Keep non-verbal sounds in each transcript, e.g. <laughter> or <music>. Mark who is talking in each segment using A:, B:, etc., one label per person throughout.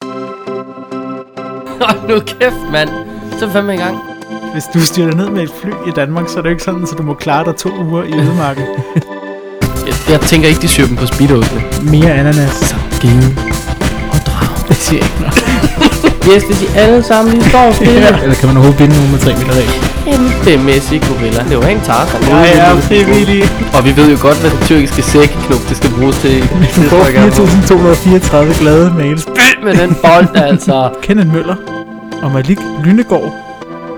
A: <laughs> Hold nu kæft, mand. Så er vi fandme i gang.
B: Hvis du styrer ned med et fly i Danmark, så er det jo ikke sådan, så du må klare dig to uger i ødemarken.
A: Jeg, jeg tænker ikke, de syr dem på speedosene.
B: Mere ananas.
A: Givet og drag.
B: Det siger ikke noget.
A: <laughs> Yes, hvis I alle sammen lige
B: <laughs>
A: står stille. ja.
C: Eller kan man overhovedet binde nogen med 3 meter regel?
A: Det er Messi Gorilla. Det var en Tarzan.
B: Jeg er frivillig.
A: Og vi ved jo godt, hvad den tyrkiske sækknop, det skal bruges til.
B: Du får 4234 glade mails.
A: Med den bold, altså.
B: Kenneth Møller og Malik Lynegård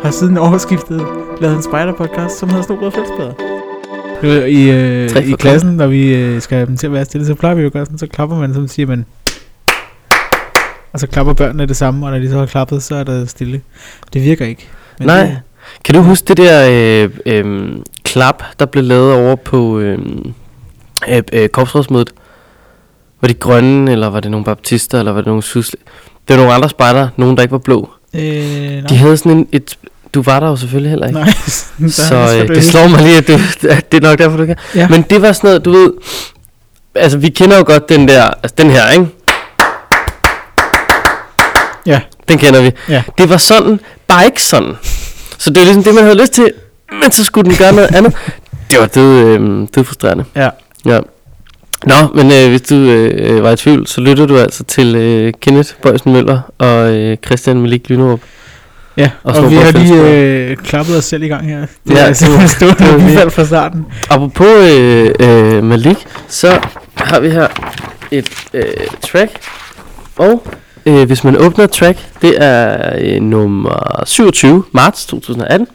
B: har siden overskiftet lavet en spider-podcast, som hedder Snobrød Fældsbader. I,
A: Tre
B: øh, I
A: for
B: klassen, når vi øh, skal have dem til at være stille, så plejer vi jo at gøre sådan, så klapper man, så siger man... Og så klapper børnene det samme, og når de så har klappet, så er der stille. Det virker ikke. Men
A: Nej.
B: Det,
A: Kan du huske det der øh, øh, klap, der blev lavet over på øh, øh, øh, korpsrådsmødet? Var det grønne, eller var det nogle baptister, eller var det nogle susle? Det var nogle andre spejder, nogen der ikke var blå.
B: øh, nej.
A: De havde sådan en, et... Du var der jo selvfølgelig heller ikke.
B: Nej, <laughs> sådan, der
A: Så
B: skal
A: øh,
B: du
A: det
B: ikke-
A: slår mig lige, at, du, at det er nok derfor, du kan.
B: Ja.
A: Men det var sådan noget, du ved... Altså, vi kender jo godt den der... Altså, den her, ikke?
B: Ja.
A: Den kender vi.
B: Ja.
A: Det var sådan, bare ikke sådan. Så det var ligesom det, man havde lyst til, men så skulle den gøre noget andet. Det var død, øh, død frustrerende.
B: Ja.
A: ja. Nå, men øh, hvis du øh, øh, var i tvivl, så lytter du altså til øh, Kenneth Bøjsen Møller og øh, Christian Malik Lynerup.
B: Ja,
A: Og
B: og,
A: slå
B: og vi
A: på
B: har
A: fællesskab.
B: lige øh, klappet os selv i gang her. Det
A: Ja,
B: ja, er altså
A: det var-
B: simpelthen
A: <laughs> det var
B: stående i
A: det.
B: hvert fra starten.
A: Apropos øh, øh, Malik, så har vi her et øh, track, og øh, hvis man åbner track, det er øh, nummer 27, marts 2018,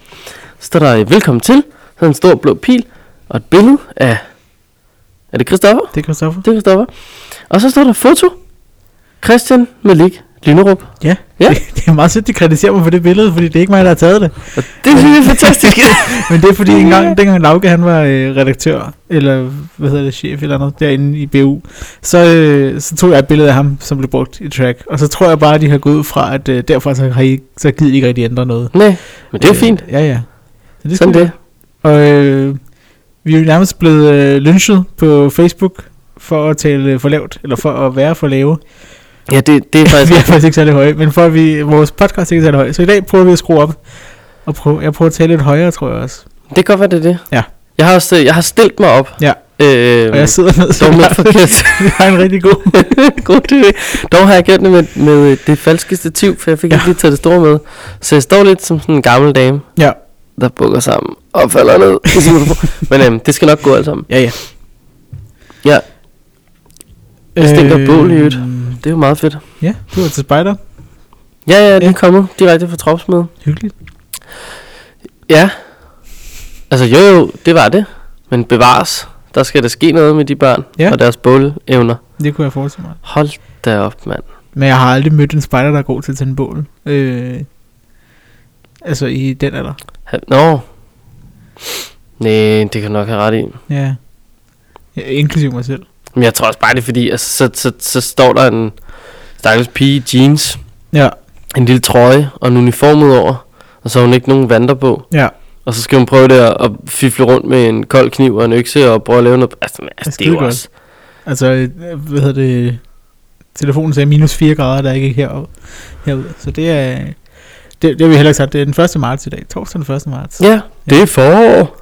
A: så står der øh, velkommen til, så er en stor blå pil, og et billede af, er det Christoffer?
B: Det er Christoffer.
A: Det er Christoffer. Og så står der foto, Christian Malik Lynerup.
B: Ja.
A: Ja.
B: Det, det er meget sødt, de kritiserer mig for det billede, fordi det er ikke mig, der har taget det.
A: Og det synes jeg er fantastisk.
B: Men det er fordi, engang, dengang Lauke han var øh, redaktør, eller hvad hedder det, chef eller noget, derinde i BU, så, øh, så tog jeg et billede af ham, som blev brugt i track. Og så tror jeg bare, at de har gået ud fra, at øh, derfra så, har I, så gider I ikke rigtig ændre
A: <laughs>
B: noget.
A: Nej, men det er jo
B: Øh,
A: fint.
B: Ja, ja. Så
A: Sådan
B: skulle-
A: det.
B: Og øh, vi er jo nærmest blevet øh, lynchet på Facebook for at tale for lavt, eller for at være for lave.
A: Ja, det, det er
B: vi er
A: <laughs> faktisk...
B: faktisk ikke særlig høje, men for at vi, vores podcast er ikke særlig høj. Så i dag prøver vi at skrue op, og prøve, jeg prøver at tale lidt højere, tror jeg også.
A: Det kan godt være, det er det.
B: Ja.
A: Jeg har, også, jeg har stillet mig op.
B: Ja.
A: Øh,
B: Og jeg sidder ned, så
A: dog med
B: <laughs>
A: forkert. <laughs>
B: vi har en rigtig god...
A: God idé. Dog har jeg gjort det med, med det falske stativ, for jeg fik ja.
B: Ja.
A: ikke lige taget det store med. Så jeg står lidt som sådan en gammel dame,
B: Ja.
A: der bukker sammen og falder
B: <laughs>
A: ned. i sin mikrofon. Men øhm, det skal nok gå alt sammen.
B: Ja, ja.
A: Ja. Jeg stinker bål i øvrigt.
B: øvrigt.
A: Det er jo meget fedt.
B: Øh, Ja, du var til spider.
A: Ja, ja, det er
B: Ja.
A: kommet direkte fra tropsmøde.
B: Hyggeligt.
A: Ja. Altså jo, jo, det var det. Men bevares. Der skal der ske noget med de børn
B: Ja.
A: og deres bålevner.
B: Det kunne jeg forestille mig.
A: Hold da op, mand.
B: Men jeg har aldrig mødt en spider, der er god til at tænde bål. Øh, altså i den alder.
A: Ha- Nå. Nej, det kan du nok have ret i.
B: Ja. ja inklusive mig selv.
A: Men jeg tror også bare, det er fordi, altså, så, så, så står der en stakkels pige i jeans,
B: Ja.
A: en lille trøje og en uniform ud over, og så har hun ikke nogen vanter på.
B: Ja.
A: Og så skal hun prøve det at, at fifle rundt med en kold kniv og en økse og prøve at lave noget. Altså, men, altså det, er jo
B: skidegodt.
A: også...
B: Altså, øh, hvad hedder det? Telefonen sagde minus 4 grader, der er ikke herud. herude. Så det er... Det, det har vi heller ikke sagt. Det er den 1. marts i dag. Torsdag den 1. marts.
A: Ja, det er forår.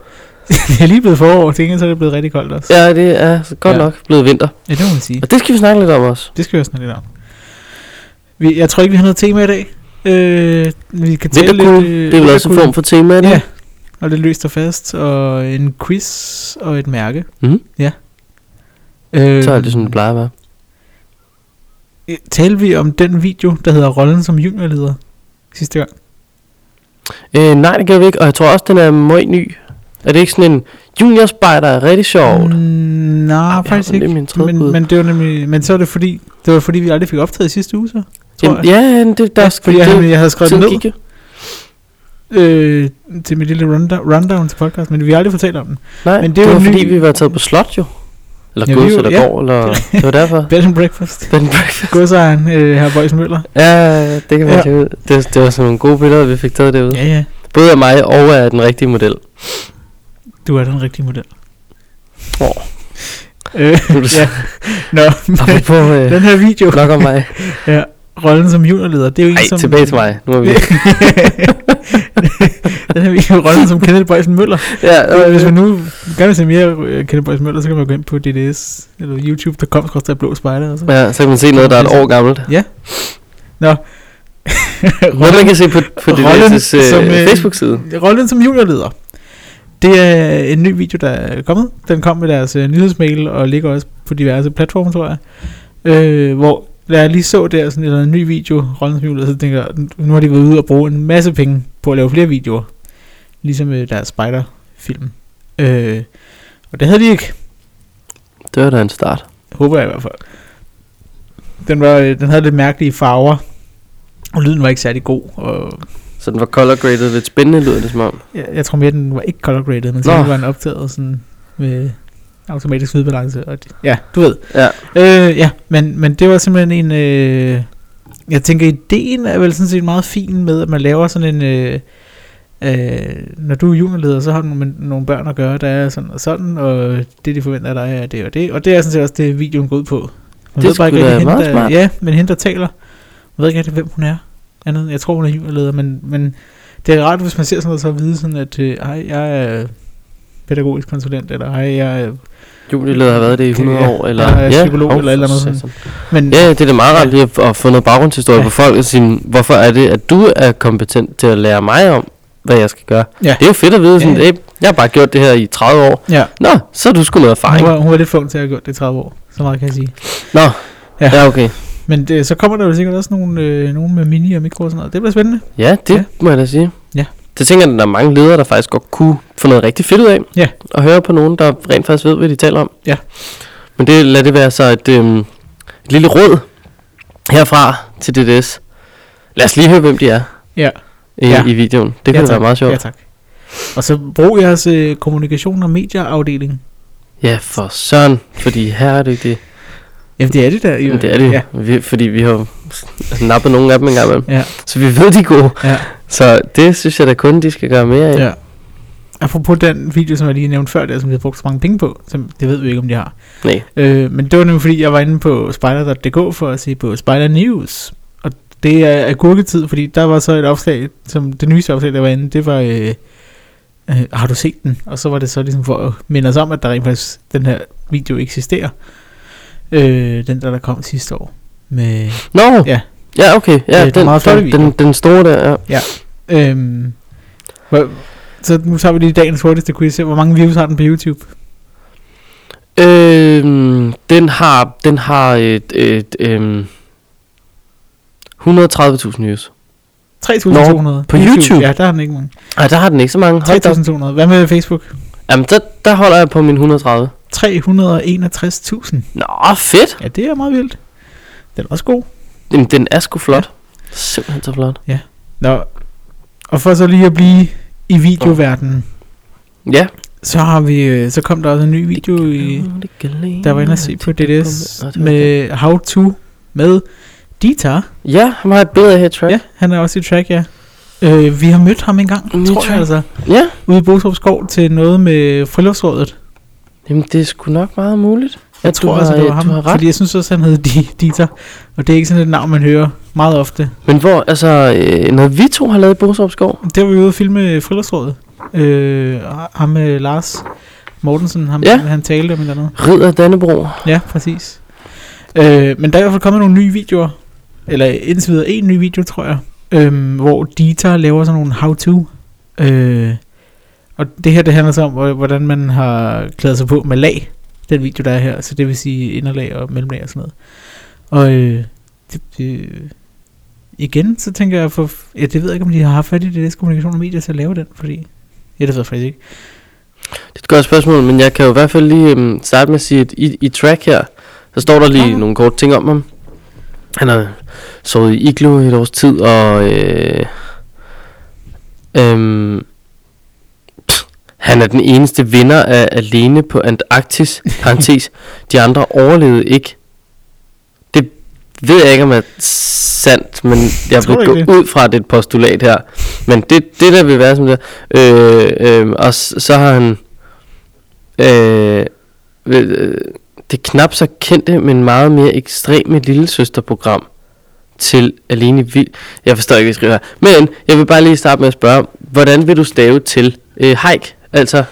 B: det er lige blevet forår. Til gengæld så er det blevet rigtig koldt også.
A: Ja, det er så godt ja.
B: Ja.
A: nok blevet vinter.
B: ja det må man sige.
A: Og det skal vi snakke lidt om også.
B: Det skal vi også snakke lidt om. Vi, jeg tror ikke, vi har noget tema i dag. Øh, vi kan tale
A: Vinterkulde,
B: lidt... Øh,
A: det er vel også en form for tema, er det?
B: Ja, og det løst og fast, og en quiz, og et mærke.
A: Mhm.
B: Ja. Øh,
A: Så er det sådan, det plejer at være.
B: Øh, Talte vi om den video, der hedder Rollen som juniorleder sidste gang?
A: Øh, nej, det gør vi ikke, og jeg tror også, den er meget ny. Er det ikke sådan en junior spider er rigtig sjovt?
B: Mm, nej,
A: har
B: faktisk
A: den
B: ikke.
A: nemlig en tredje bud.
B: men, men, det var nemlig, men så var det fordi, det var fordi, vi aldrig fik optaget i sidste uge, så tror
A: Jamen,
B: jeg.
A: ja, ja, det, der
B: ja,
A: er
B: fordi jeg,
A: det,
B: havde- jeg havde skrevet det
A: tiden
B: ned
A: gik jo.
B: øh, til mit lille runda, rundown til podcast, men vi har aldrig fortalt om den.
A: Nej, men det, det
B: jo
A: var
B: en
A: fordi,
B: ny-
A: vi var taget på slot jo. Eller
B: Ja,
A: ja, gods
B: vi jo-
A: eller ja.
B: ja.
A: gård, eller... Det var
B: <laughs>
A: derfor.
B: Bed and breakfast.
A: Bed and breakfast.
B: Godsejeren, øh, herr Bøjs Møller.
A: Ja, det kan man
B: Ja.
A: ja. ud. Det, det var sådan nogle gode billeder, vi fik taget derude. Ja.
B: Ja, ja,
A: Både af mig og af den rigtige model.
B: du er den rigtige model.
A: Åh.
B: Øh,
A: Nu er det så-
B: <laughs> ja. Nå, men
A: Apropos øh,
B: <laughs> den her video,
A: nok om mig.
B: ja, rollen som juniorleder. Det er jo en,
A: Ej,
B: som...
A: tilbage til mig. Nu er vi...
B: <laughs> den her vi rollen som Kenneth Bøjsen Møller.
A: ja,
B: Øh, hvis
A: øh,
B: man nu gerne vil se mere øh, Kenneth Boys Møller, så kan man gå ind på DDS, eller youtube.com, skrøster blå spejder altså. og så.
A: ja, så kan man se noget, der er et år gammelt. Noget, man kan se på, på det
B: Rollen
A: læses
B: som,
A: øh,
B: øh,
A: Facebook-side.
B: Rollen som juniorleder. Det er øh, en ny video, der er kommet. Den kom med deres øh, nyhedsmail og ligger også på diverse platforme, tror jeg. Øh, hvor da jeg lige så der sådan en eller anden ny video, Rollen som juniorleder, så tænker jeg, nu har de været ude og bruge en masse penge på at lave flere videoer. Ligesom øh, deres spider-film. Øh, og det havde de ikke.
A: Det var da en start.
B: Håber jeg i hvert fald. Den, var, øh, den havde lidt mærkelige farver, og lyden var ikke særlig god. Og
A: Så den var color graded lidt spændende, lyder det som om.
B: jeg, jeg tror mere, den var ikke color graded, men så
A: Nå.
B: var den optaget sådan med automatisk lydbalance. Og det, ja, du ved.
A: Ja.
B: Øh, ja, men, men det var simpelthen en... Øh, jeg tænker, ideen er vel sådan set meget fin med, at man laver sådan en... Øh, øh, når du er juniorleder, så har du med nogle børn at gøre, der er sådan og sådan, og det de forventer af dig er det og det. Og det er sådan set også det, videoen går ud på. Man
A: Det
B: ved bare ikke,
A: skulle da
B: rigtig,
A: være
B: hende,
A: meget
B: der,
A: smart.
B: Ja, men hende, der taler, jeg ved ikke rigtig, hvem hun er. Andet, end jeg tror, hun er juniorleder, men, men det er rart, hvis man ser sådan noget, så at vide sådan, at øh, hej, jeg er pædagogisk konsulent, eller hej, jeg er...
A: Julieleder har været det i 100
B: Ja,
A: år, eller...
B: jeg er psykolog
A: hov,
B: eller et eller andet
A: for
B: sådan.
A: satan.
B: Men,
A: Ja, det er da meget rart lige at, at få noget baggrundshistorie
B: Ja.
A: ja. på folk og sige, hvorfor er det, at du er kompetent til at lære mig om, hvad jeg skal gøre.
B: Ja.
A: Det er jo fedt at vide, sådan,
B: Ja.
A: ja. hey, jeg har bare gjort det her i 30 år.
B: ja.
A: Nå, så er du sgu noget erfaring.
B: Hun var, hun var lidt flunk til at have gjort det i 30 år, så meget kan jeg sige.
A: Nå,
B: Ja.
A: ja, ja okay.
B: Men det, så kommer der jo sikkert også nogle, øh, nogle med mini og mikro og sådan noget. Det bliver spændende.
A: Ja, det
B: Ja.
A: ja. må jeg da sige.
B: Ja.
A: Det tænker jeg, at der er mange ledere, der faktisk godt kunne få noget rigtig fedt ud af.
B: Ja.
A: Og høre på nogen, der rent faktisk ved, hvad de taler om.
B: Ja.
A: Men det lad det være så et, øhm, et lille råd herfra til DDS. Lad os lige høre, hvem de er
B: Ja.
A: i,
B: Ja.
A: ja. i videoen. Det kunne ja,
B: ja,
A: være
B: tak.
A: meget sjovt.
B: Ja, tak. Og så brug jeres øh, kommunikation- og medieafdeling.
A: Ja, for søren, fordi her er det det.
B: Jamen, det er det der. Jo.
A: Jamen, det er det.
B: Ja.
A: Ja. Vi, fordi vi har jo nappet nogle af dem engang imellem.
B: Ja.
A: Så vi ved, de er gode.
B: Ja.
A: Så det synes jeg da kun, de skal gøre mere af.
B: ja. Øh, Apropos den video, som jeg lige nævnte før, der, som vi har brugt så mange penge på, som det ved vi ikke, om de har.
A: Nej.
B: Øh, men det var nemlig, fordi jeg var inde på spider.dk for at se på Spider News. Og det er agurketid, fordi der var så et opslag, som det nyeste opslag, der var inde, det var... Øh, øh, har du set den? Og så var det så ligesom for at minde os om, at der rent faktisk den her video eksisterer. Øh, den der, der kom sidste år. Med,
A: Nå,
B: Ja.
A: ja, ja okay.
B: Ja,
A: Ja,
B: det er
A: den,
B: meget flot
A: den,
B: video.
A: den, den store der, ja.
B: øhm, hvor- så nu tager vi lige dagens hurtigste quiz. Hvor mange views har den på YouTube?
A: Øhm, den har, den har et, et, øhm, 130.000 views.
B: 3.200.
A: på YouTube?
B: Ja, der har den ikke mange.
A: Ej, der har den ikke så mange. Hold da. op.
B: 3.200. Hvad med Facebook?
A: Jamen, der, der holder jeg på min 130.
B: 361.000.
A: Nå, fedt.
B: Ja, det er meget vildt. Den er også god.
A: Jamen, den er sgu flot. Simpelthen så flot.
B: Nå. Og for så lige at blive i videoverdenen,
A: Ja.
B: så, har vi, øh, så kom der også en ny video, i, der var inde at se på DDS med How To med Dita.
A: Ja, han har et billede af her, track.
B: Ja,
A: Ja.
B: han er også i track, ja. Øh, vi har mødt ham en gang,
A: Ny
B: tror jeg
A: track.
B: altså,
A: ja.
B: ude i Bostrup Skov til noget med friluftsrådet.
A: Jamen, det er sgu nok meget muligt.
B: Jeg
A: at du
B: tror
A: har,
B: altså, det var
A: øh,
B: ham,
A: Du har ret.
B: fordi jeg synes også, han hed Di- Dita, og det er ikke sådan et navn, man hører meget ofte.
A: Men hvor, altså, øh, noget vi to har lavet i Borup Skov.
B: Det var vi ude at filme friluftsrådet. Øh, ham med Lars Mortensen, ham, ja.
A: Ja.
B: han talte om et eller andet.
A: Ridder Dannebro.
B: Ja, præcis. Øh, men der er i hvert fald kommet nogle nye videoer. Eller indtil videre en ny video, tror jeg. Øh, hvor Dita laver sådan nogle how-to. Øh, og det her, det handler så om, hvor- hvordan man har klædet sig på med lag. Den video, der er her. Så det vil sige inderlag og mellemlag og sådan noget. Og øh, det, det, igen, så tænker jeg, for, ja, det ved jeg ikke, om de har haft fat i det, deres kommunikation og medier til at lave den, fordi... Ja, det ved jeg faktisk ikke.
A: Det er et godt spørgsmål, men jeg kan jo i hvert fald lige øhm, starte med at sige, at i, i track her, der står der lige
B: Ah.
A: nogle korte ting om ham. Han har sovet i iglo i et års tid, og øh, øhm, pff, han er den eneste vinder af Alene på
B: <laughs>
A: Antarktis, parentes. De andre overlevede ikke. Det ved jeg ikke, om er sandt, men jeg
B: Tror
A: vil
B: du
A: gå
B: ikke
A: ud fra at det er et postulat her. Men det, det der vil være som det er. øh, øh, Og s- så har han... Øh, ved- øh, det knap så kendte, men meget mere ekstreme lillesøsterprogram til alene vild. Jeg forstår ikke, hvad jeg skriver her. Men jeg vil bare lige starte med at spørge, hvordan vil du stave til øh, hike? Altså,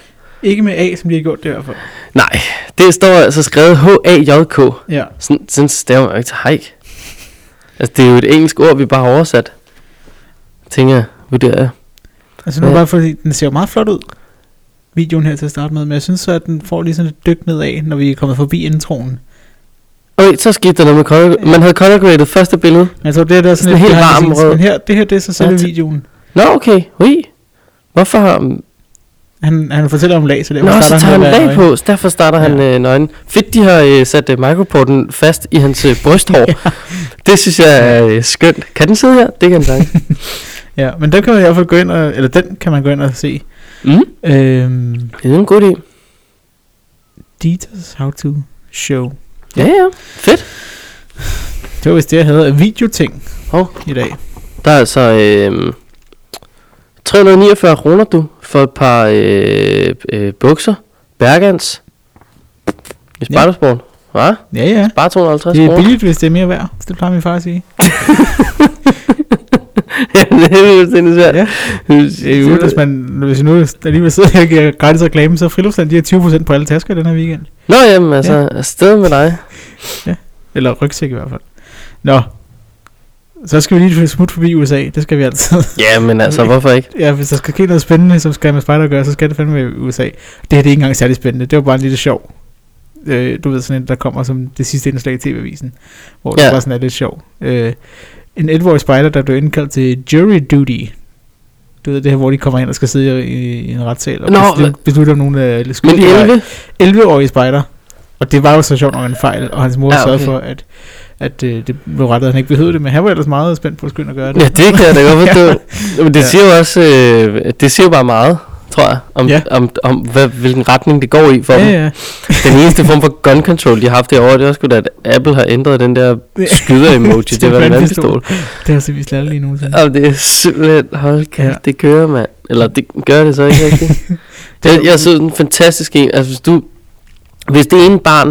B: Ikke med A, som de har gjort det i hvert fald.
A: nej, det står altså skrevet H-A-J-K.
B: Ja.
A: Sådan, sådan staver man jo ikke til hike. Altså, det er jo et engelsk ord, vi bare har oversat. Tænker jeg, vurderer jeg.
B: Altså nu
A: Ja.
B: bare fordi, den ser jo meget flot ud, videoen her til at starte med, men jeg synes så, at den får lige sådan et dyk nedad, når vi er kommet forbi introen.
A: Okay, så skete der noget med color... Man havde color graded første billede.
B: Men jeg tror, det her det er sådan
A: Sådan
B: lidt
A: helt
B: behind the
A: varm
B: scenes,
A: rød.
B: Men her, det her, det er så selve
A: Ja, t-
B: videoen.
A: Nå, okay, hui. Hvorfor har...
B: Han, han fortæller om lag, så derfor
A: Nå, så
B: starter
A: tager han
B: med at være
A: lag på, så derfor starter
B: Ja.
A: han øh, nøgen. Fedt, de har øh, sat øh, microporten fast i hans øh,
B: <laughs>
A: brysthår. Det synes jeg er øh, skønt. Kan den sidde her? Det kan den
B: <laughs>
A: sagtens.
B: nøgen. Ja, men den kan man i hvert fald gå ind og, eller den kan man gå ind og se.
A: mm,
B: Øhm,
A: det er en god idé.
B: Dieters How To Show.
A: Ja, ja. Fedt.
B: Det var vist det, jeg havde af videoting
A: Hov.
B: i dag.
A: Der er altså øh, 349 kroner, du, for et par øh, øh, bukser. Bergans. I
B: Ja.
A: Spartasporen. Hva?
B: Ja, ja.
A: Bare 250
B: Det er
A: kroner. <laughs>
B: billigt, hvis det er mere værd. Det plejer min far at sige.
A: Jamen, det er jo sindssygt svært.
B: Ja. Det er jo, hvis, man, hvis jeg nu alligevel sidder her og giver gratis reklame, så er friluftsland, de har 20% på alle tasker i den her weekend.
A: Nå, jamen altså, ja. afsted med dig.
B: Eller rygsæk i hvert fald. Nå. Så skal vi lige smutte forbi USA. Det skal vi altid. <laughs>
A: Ja, men altså, hvorfor ikke?
B: ja, hvis der skal ske noget spændende, som skal med Spider gøre, så skal det fandme i USA. Det her det er ikke engang særlig spændende. Det var bare en lille sjov. Øh, du ved sådan en, der kommer som det sidste indslag i TV-avisen. Hvor ja.
A: Ja.
B: det bare sådan er lidt sjov. Øh, en 11-årig spider, der blev indkaldt til jury duty. Du ved det her, hvor de kommer ind og skal sidde i, i en retssal og
A: Nå,
B: beslutte,
A: hva-
B: beslutte om nogle øh, af
A: Men
B: skuespillere-
A: 11?
B: 11-årig spejder. Og det var jo så sjovt nok en fejl, og hans mor
A: Ja,
B: ja, okay. sørgede
A: okay.
B: for, at, at øh, det blev rettet, og han ikke behøvede det, men han var ellers meget spændt på at skynde at gøre det.
A: Ja, det kan jeg da
B: <laughs>
A: godt forstå. Men det
B: Ja.
A: siger jo også, øh, det siger jo bare meget, tror jeg, om,
B: Ja.
A: ja. om, om hvad, hvilken retning det går i for
B: ja,
A: dem.
B: ja.
A: Den eneste form for gun control, de har haft derovre, det er også sgu da, at Apple har ændret den der skyder-emoji,
B: Til
A: det var en
B: vandpistol.
A: vandpistol.
B: Det er også vist lavet lige nogensinde.
A: Og det er simpelthen, hold kæft,
B: Ja.
A: ja. det kører, mand. Eller det gør det så ikke rigtigt. jeg, jeg så en fantastisk en. Altså, hvis du... Hvis det ene barn...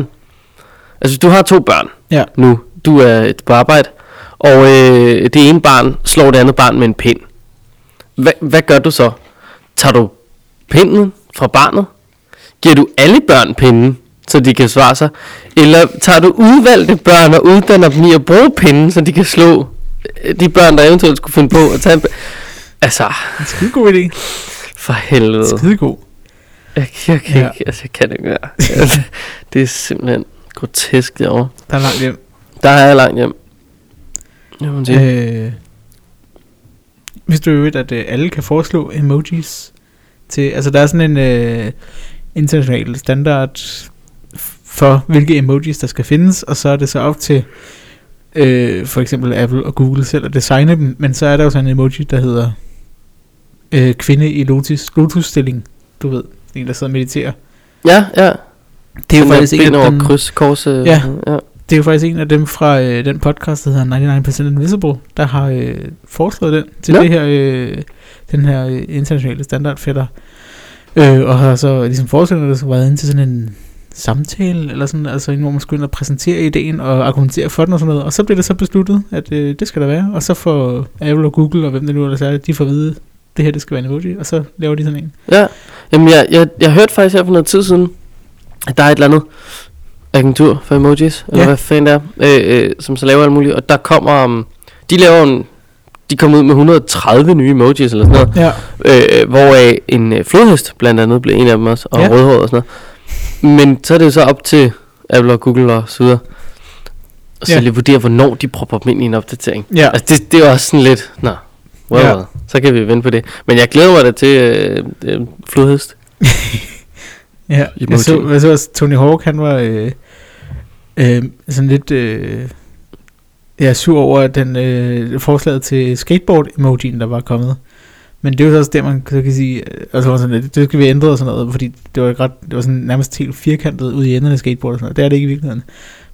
A: Altså, hvis du har to børn
B: Ja.
A: nu. Du er et på arbejde. Og øh, det ene barn slår det andet barn med en pind. Hva, hvad gør du så? Tager du pinden fra barnet? Giver du alle børn pinden, så de kan svare sig? Eller tager du udvalgte børn og uddanner dem i at bruge pinden, så de kan slå øh, de børn, der eventuelt skulle finde på at tage en p- Altså,
B: En skidegod idé.
A: for helvede.
B: Skidegod.
A: Jeg, jeg, kan
B: Ja.
A: ja. ikke, altså, jeg kan ikke mere. Altså, det er simpelthen grotesk derovre.
B: Der er langt hjem.
A: Der er jeg langt hjem. Jeg må sige.
B: Øh, hvis du ved, at øh, alle kan foreslå emojis til... Altså, der er sådan en øh, international standard for, hvilke emojis, der skal findes, og så er det så op til øh, for eksempel Apple og Google selv at designe dem, men så er der jo sådan en emoji, der hedder øh, kvinde i lotus, lotus-stilling, du ved. En, der sidder og mediterer.
A: Ja, ja.
B: Det er jo
A: Den
B: faktisk
A: der
B: ikke
A: ben over
B: den-
A: kryds, kors, øh,
B: Ja.
A: ja.
B: Det er jo faktisk en af dem fra øh, den podcast, der hedder 99% Invisible, der har øh, foreslået den til
A: Nå.
B: det her, øh, den her øh, internationale standardfætter. Øh, og har så ligesom foreslået, at det skulle være ind til sådan en samtale, eller sådan, altså en, hvor man skulle ind og præsentere ideen og argumentere for den og sådan noget. Og så bliver det så besluttet, at øh, det skal der være. Og så får Apple og Google og hvem det nu ellers er, de får at vide, det her det skal være en emoji, og så laver de sådan en.
A: Ja, jamen jeg, jeg, jeg hørte faktisk her for noget tid siden, at der er et eller andet agentur for emojis, eller
B: Ja.
A: ja. hvad fanden det er, øh, øh, som så laver alt muligt, og der kommer, um, de laver en, de kommer ud med 130 nye emojis eller sådan noget,
B: Ja,
A: øh, hvoraf en øh, flodhest blandt andet blev en af dem også, og
B: Ja.
A: ja. rødhåret og sådan noget. Men så er det jo så op til Apple og Google og så videre, og så
B: Ja.
A: ja. lige vurdere, hvornår de propper dem ind i en opdatering.
B: ja.
A: Altså, det, det er også sådan lidt, nå, well,
B: Ja.
A: ja. så kan vi vente på det. Men jeg glæder mig da til øh, øh, flodhest.
B: Ja,
A: I
B: jeg
A: mod
B: så,
A: ting.
B: jeg så også Tony Hawk, han var øh, øh, sådan lidt øh, ja, sur over den øh, forslaget til skateboard-emojien, der var kommet. Men det er jo så også der, man så kan sige, øh, altså var sådan, lidt, det skal vi ændre og sådan noget, fordi det var, et ret, det var sådan nærmest helt firkantet ud i enden af skateboard og sådan noget. Det er det ikke i virkeligheden.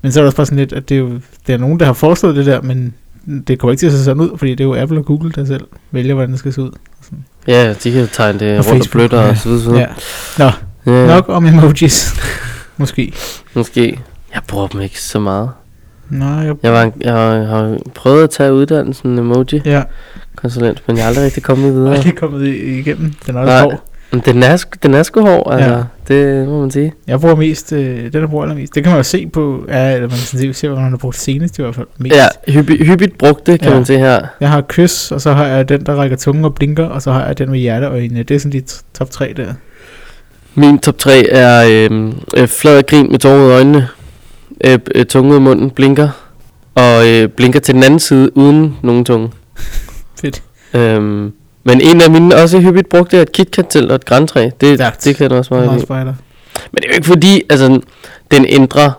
B: Men så er det også bare sådan lidt, at det er, jo, det er nogen, der har foreslået det der, men det kommer ikke til at se sådan ud, fordi det er jo Apple og Google, der selv vælger, hvordan det skal se ud.
A: Ja, de kan tegne det
B: Og
A: rundt og
B: Facebook,
A: blødt
B: ja.
A: og så videre. så videre.
B: Ja. Nå,
A: ja.
B: nok om emojis. Måske.
A: Måske. Jeg bruger dem ikke så meget.
B: Nej, jeg...
A: Jeg, var, en- jeg, har- jeg har prøvet at tage uddannelsen emoji
B: Ja,
A: konsulent, men jeg er aldrig rigtig kommet
B: jeg er
A: videre.
B: lige kommet i- igennem. Den er også
A: Nej.
B: hård.
A: Men den er, sgu- den er sgu hård, altså.
B: Ja.
A: Ja. Det må man sige.
B: Jeg bruger mest, øh, den jeg bruger allermest. Det kan man jo se på, ja, eller man kan sådan set se, hvad man har brugt senest i hvert fald. Mest.
A: Ja, hyppigt, hyppigt brugt det, kan
B: Ja.
A: ja. man se her.
B: Jeg har kys, og så har jeg den, der rækker tungen og blinker, og så har jeg den med hjerteøjne. Det er sådan de t- top tre der.
A: Min top 3 er øh, øh, flad og grin med tårer ud af øjnene, øh, øh, tunge ud af munden, blinker, og øh, blinker til den anden side uden nogen tunge.
B: <laughs> Fedt.
A: Øhm, men en af mine også hyppigt brugte er et KitKat-telt og et græntræ. Det,
B: Stærkt.
A: det kan jeg også meget
B: Meget
A: lide.
B: spejder.
A: Men det er jo ikke fordi, altså, den ændrer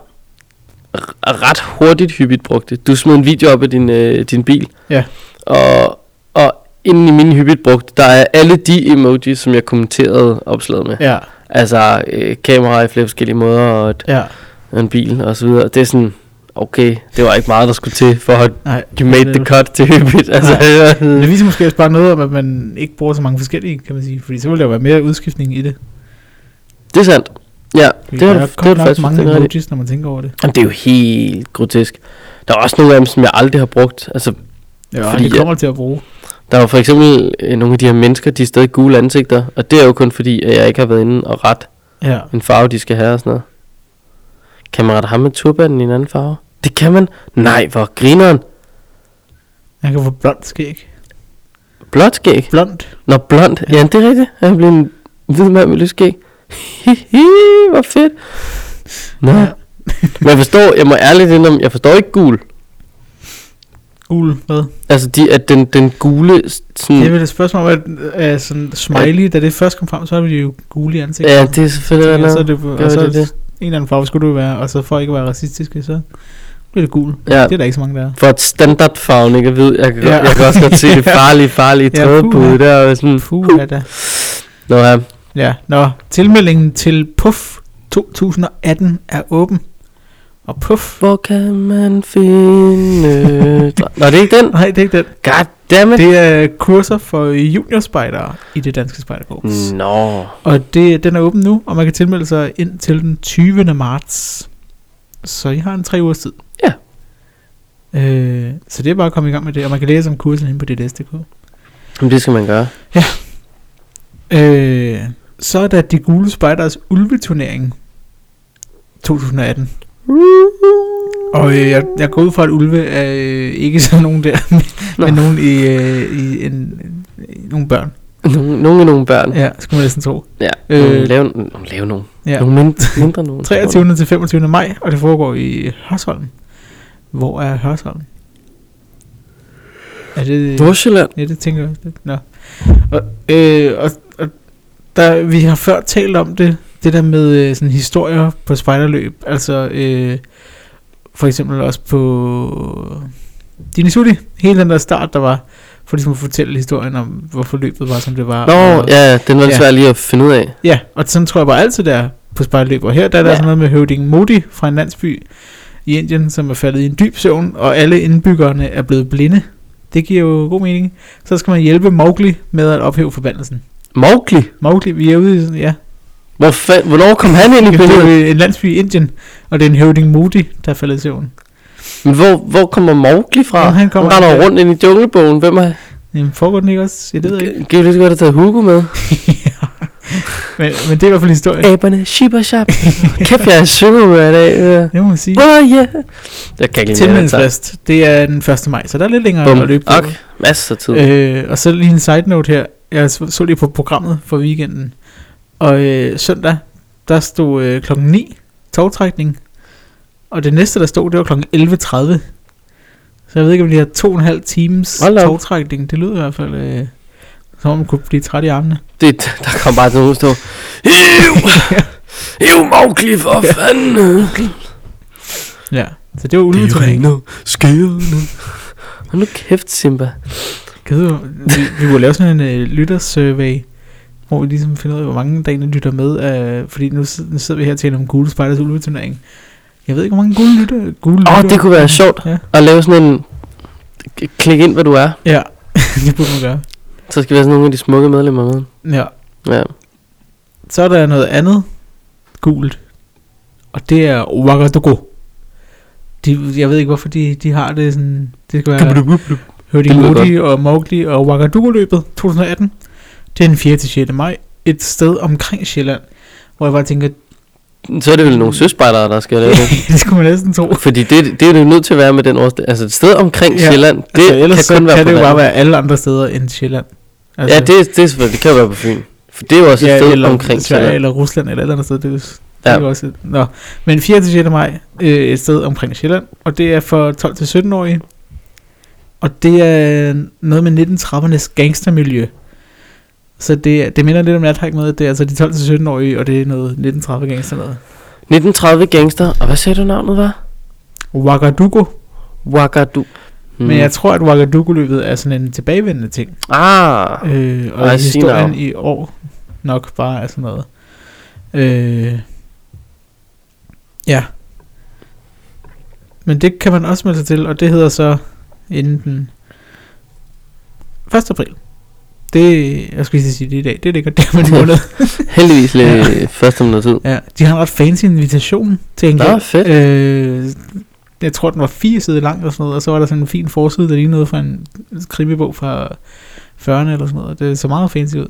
A: r- ret hurtigt hyppigt brugte. Du smed en video op af din, øh, din bil.
B: Ja.
A: Og, og inden i mine hyppigt brugte, der er alle de emojis, som jeg kommenterede opslaget med.
B: Ja,
A: Altså øh, kamera i flere forskellige måder og et,
B: ja.
A: og en bil og så videre. Det er sådan, okay, det var ikke meget, der skulle til for at
B: Nej,
A: you made the cut til hyppigt. Altså,
B: Men det viser måske også bare noget om, at man ikke bruger så mange forskellige, kan man sige. Fordi så ville der jo være mere udskiftning i det.
A: det er sandt. Ja,
B: Fordi
A: det var,
B: der
A: det
B: godt
A: var
B: nok
A: faktisk
B: mange
A: fuldstændig rigtigt.
B: emojis, når man tænker over det.
A: Jamen, det er jo helt grotesk. Der er også nogle af dem, som jeg aldrig har brugt. Altså,
B: Ja,
A: Fordi
B: fordi det kommer til at bruge.
A: der er jo for eksempel øh, nogle af de her mennesker, de er stadig gule ansigter. Og det er jo kun fordi, at jeg ikke har været inde og ret
B: Ja.
A: en farve, de skal have og sådan noget. Kan man rette ham med turbanen i en anden farve? Det kan man. Nej, hvor grineren.
B: Jeg kan få blond skæg.
A: Blåt skæg.
B: Blond.
A: Nå, blond. Ja, det er rigtigt. Han blev en hvid mand med lysskæg. Hihi, <laughs> hvor fedt. Nå.
B: Ja.
A: Men jeg forstår, jeg må ærligt indrømme, jeg forstår ikke gul.
B: Gul. Hvad?
A: Altså, de, at den, den gule, s- sådan...
B: Det er vel et spørgsmål om, at øh, sådan smiley, da det først kom frem, så var det jo gule i ansigtet.
A: ja, det er selvfølgelig
B: og
A: noget.
B: så, er det,
A: Gør
B: og så
A: det det?
B: en eller anden farve skulle du være, og så for ikke at være racistiske, så bliver det gul.
A: Ja,
B: Det er der ikke så mange, der er.
A: for et standardfarven, ikke? Jeg ved, jeg kan,
B: Ja.
A: ja. jeg kan også godt se det farlige, farlige
B: Ja,
A: ja, trådpude
B: puha.
A: der, og sådan...
B: Puh, ja, da.
A: Nå ja,
B: Ja, nå, tilmeldingen til PUF 2018 er åben. Og PUF...
A: hvor kan man finde... <laughs> Nå, det er
B: <laughs>
A: ikke den.
B: Nej, det er ikke den.
A: God damn it.
B: Det er kurser for juniorspejdere i det danske spejderkorps. Mm.
A: Nå.
B: Og det, den er åben nu, og man kan tilmelde sig indtil den 20. marts. Så I har en tre ugers tid.
A: Ja.
B: Øh, så det er bare at komme i gang med det, og man kan læse om kursen inde på DDS.dk.
A: Jamen, det skal man gøre.
B: Øh, så er der De Gule Spejders Ulveturnering 2018. Og øh, jeg, jeg går ud fra, at ulve er øh, ikke sådan nogen der, <laughs> men,
A: Nå.
B: men nogen i, øh, i en, i nogle børn.
A: Nogle, nogle, nogle børn.
B: Ja, skulle man næsten tro.
A: Ja,
B: Øh,
A: øh, lave, n- lave nogle.
B: Ja.
A: Ja. Nogle mindre, mindre nogle.
B: 23. til 25. maj, og det foregår i Hørsholm. Hvor er Hørsholm? Er det...
A: Nordsjælland.
B: Ja, det tænker jeg også lidt. Nå. Og, øh, og, og der, vi har før talt om det, det der med øh, sådan historier på spejderløb, altså øh, for eksempel også på Dinisuti, hele den der start, der var, for ligesom at fortælle historien om, hvorfor løbet var, som det var.
A: Nå,
B: og,
A: ja, den var
B: Ja.
A: lidt svær lige at finde ud af.
B: Ja, og sådan tror jeg bare altid, der på spejlløb. Og her der er der ja.
A: Ja.
B: sådan noget med høvdingen Modi fra en landsby i Indien, som er faldet i en dyb søvn, og alle indbyggerne er blevet blinde. Det giver jo god mening. Så skal man hjælpe Mowgli med at ophæve forbandelsen.
A: Mowgli?
B: Mowgli, vi er ude i sådan, ja,
A: Hvor fa- hvornår kom han ind i
B: det er
A: billedet?
B: jo en landsby i Indien, og det er en høvding Modi, der er faldet i søvn.
A: Men hvor, hvor kommer Mowgli fra?
B: Jamen, han
A: han
B: kommer-
A: kommer han render rundt ind i junglebogen. Hvem er...
B: Jamen, foregår den ikke også? Jeg ved jeg ikke.
A: Kan vi lige så godt have taget Hugo med?
B: Men, men det er i hvert fald historien.
A: Aberne, Shiba Shab. <laughs> Kæft, jeg er synger med i dag. øh.
B: Det må man sige.
A: Åh, ja. Jeg kan ikke lide det. altså.
B: Tilmeldingsfrist, det er den 1. maj, så der er lidt længere
A: Bum.
B: at løbe på.
A: Ok, masser af tid.
B: Øh, og så lige en side note her. Jeg så så lige på programmet for weekenden. Og øh, søndag, der stod øh, klokken 9 togtrækning. Og det næste, der stod, det var klokken 11.30. Så jeg ved ikke, om de har to og en halv times
A: Hold da op.
B: togtrækning. Det lyder i hvert fald, øh, som om man kunne blive træt i armene.
A: Det, der kom bare sådan nogen stå. Ew! Ew, Mowgli, for fanden!
B: Ja, så det var ulvetræning.
A: skærende. Hold nu kæft, Simba.
B: Kan du, vi, vi burde lave sådan en øh, lyttersurvey, hvor vi ligesom finder ud af, hvor mange der egentlig lytter med. Øh, fordi nu, sid- nu sidder vi her til om gule spejlers ulveturnering. Jeg ved ikke, hvor mange gule lytter. Gule
A: Åh, oh,
B: lytter-
A: det kunne være sjovt
B: Ja.
A: ja. at lave sådan en... k- Klik ind, hvad du er. <laughs>
B: Ja, det burde man gøre.
A: Så skal vi have sådan nogle af de smukke medlemmer med.
B: Ja.
A: Ja.
B: Så er der noget andet gult. Og det er Ouagadougou. De, jeg ved ikke, hvorfor de, de har det sådan... Det skal være
A: Ja.
B: Hurdy
A: lyder
B: Moody og Mowgli og Ouagadougou-løbet 2018. Det er den 4. til 6. maj. Et sted omkring Sjælland. Hvor jeg bare tænker,
A: Så er det vel nogle søspejdere, der skal lave det.
B: <laughs> det skulle man næsten tro.
A: <laughs> Fordi det, det er det jo nødt til at være med den årsdag. Altså et sted omkring
B: Ja.
A: ja. Sjælland, det
B: Det altså, ellers
A: kan kun
B: kan,
A: være
B: kan
A: på
B: det jo
A: landet.
B: bare være alle andre steder end Sjælland. Altså,
A: Ja, det, det, er selvfølgelig- det kan jo være på Fyn. For det er jo også et sted
B: eller
A: omkring
B: Sverige
A: Sjælland.
B: eller Rusland eller et eller andet sted. Det er, jo s- det
A: Ja.
B: er jo også et, nå. Men 4. til 6. maj, øh, et sted omkring Sjælland, og det er for 12 til 17-årige. Og det er noget med 1930'ernes gangstermiljø. Så det, er- det minder lidt om nathike med, at det er altså de 12 til 17-årige, og det er noget 1930 gangster noget.
A: 1930 Gangster, og hvad sagde du navnet var?
B: Ouagadougou.
A: Wakadu.
B: Mm. Men jeg tror, at Ouagadougou-løbet er sådan en tilbagevendende ting.
A: Ah,
B: Øh,
A: I
B: og
A: see
B: historien
A: now.
B: i år nok bare er sådan noget. Øh, ja. Men det kan man også melde sig til, og det hedder så inden den 1. april. Det, jeg skulle lige til at sige det er i dag, det ligger der med en måned.
A: heldigvis lige først om noget tid.
B: Ja, de har en ret fancy invitation til en
A: Nå, fedt.
B: Øh, jeg tror, den var fire sider lang eller sådan noget, og så var der sådan en fin forside, der lignede noget fra en krimibog fra 40'erne eller sådan noget. Det så meget fancy ud.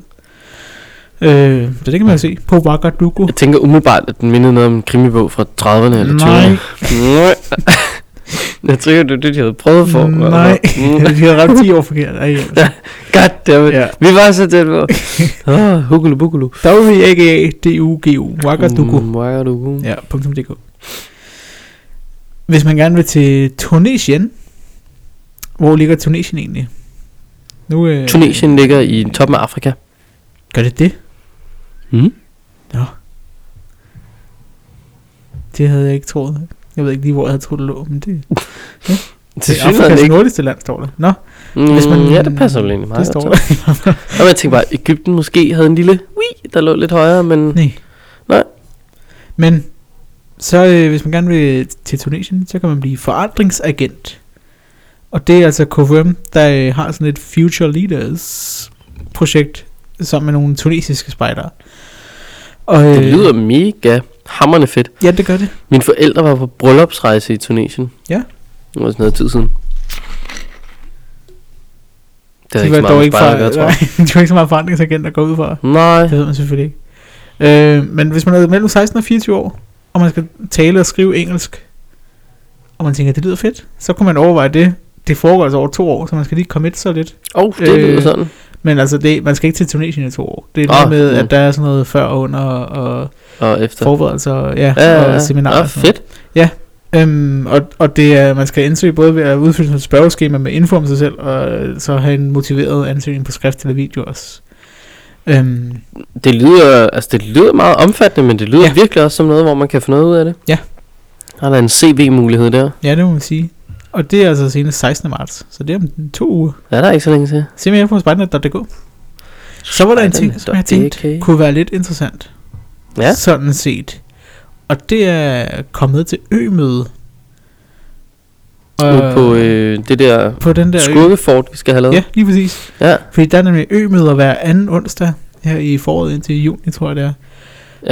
B: Øh, så det kan man jo se på Ouagadougou.
A: Jeg tænker umiddelbart, at den mindede noget om en krimibog fra 30'erne eller 20'erne.
B: <laughs> Nej,
A: Nej. <laughs> jeg tror, det er det, de havde prøvet for. <laughs>
B: nej.
A: Mm.
B: de har ramt 10 år forkert. Ej, altså.
A: Goddammit.
B: Ja.
A: Vi var så tæt på. Ah, hugulu bugulu.
B: W-A-G-A-D-U-G-U. <laughs> Ouagadougou.
A: Mm, Ouagadougou.
B: Ja, .dk. Hvis man gerne vil til Tunesien, hvor ligger Tunesien egentlig? Nu, øh,
A: Tunesien ligger i toppen af Afrika.
B: Gør det det?
A: Mm.
B: Det havde jeg ikke troet. Jeg ved ikke lige, hvor jeg havde troet, det lå, men det,
A: Til
B: det er
A: synligheden
B: Afrikas
A: ikke.
B: nordligste land, står der. Nå,
A: Mm,
B: hvis man-
A: ja, det passer vel egentlig meget.
B: det
A: godt
B: står
A: til.
B: der. <laughs>
A: Og jeg tænkte bare, Ægypten måske havde en lille ui, der lå lidt højere, men
B: Nej.
A: Nej.
B: Men så øh, hvis man gerne vil til Tunesien, så kan man blive forandringsagent. Og det er altså KFM, der øh, har sådan et Future Leaders projekt sammen med nogle tunesiske spejdere. Og, øh,
A: det lyder mega hammerne fedt.
B: Ja, det gør det.
A: Mine forældre var på bryllupsrejse i Tunesien.
B: Ja.
A: Det var sådan noget tid siden. Det er
B: de
A: ikke så
B: var
A: meget
B: dog
A: med
B: ikke
A: spejder
B: fra,
A: at gøre, tror jeg.
B: nej, <laughs> de var ikke så meget forandringsagent, der går ud fra.
A: Nej.
B: Det ved man selvfølgelig ikke. Øh, men hvis man er mellem 16 og 24 år, og man skal tale og skrive engelsk, og man tænker, det lyder fedt, så kunne man overveje det. Det foregår altså over to år, så man skal lige komme et så lidt.
A: Åh, oh, det lyder
B: Øh,
A: sådan.
B: Men altså, det, man skal ikke til Tunesien i to år. Det er
A: Ah,
B: noget med,
A: mm.
B: at der er sådan noget før og under og
A: Og efter.
B: forberedelser og, ja,
A: Ja, ja, ja.
B: og seminarer.
A: Nå,
B: og sådan noget.
A: fedt.
B: Øhm, og, og det er, man skal ansøge både ved at udfylde sådan et spørgeskema med info om sig selv, og øh, så have en motiveret ansøgning på skrift eller video også. Øhm,
A: Det lyder, altså det lyder meget omfattende, men det lyder
B: Ja.
A: ja. virkelig også som noget, hvor man kan få noget ud af det.
B: Ja.
A: Der er der en CV-mulighed der.
B: Ja, det må man sige. Og det er altså senest 16. marts, så det er om to uger.
A: Ja, der er ikke så længe til.
B: Se mere på spejlnet.dk. Så var der en ting, som jeg tænkte
A: Okay.
B: kunne være lidt interessant.
A: Ja.
B: Sådan set. Og det er kommet til ømøde.
A: Nu på øh, det der,
B: på den der
A: der
B: ø.
A: skurkefort, vi skal have lavet.
B: Ja, lige præcis.
A: Ja.
B: Fordi der er nemlig ømøder hver anden onsdag her i foråret indtil juni, tror jeg det er.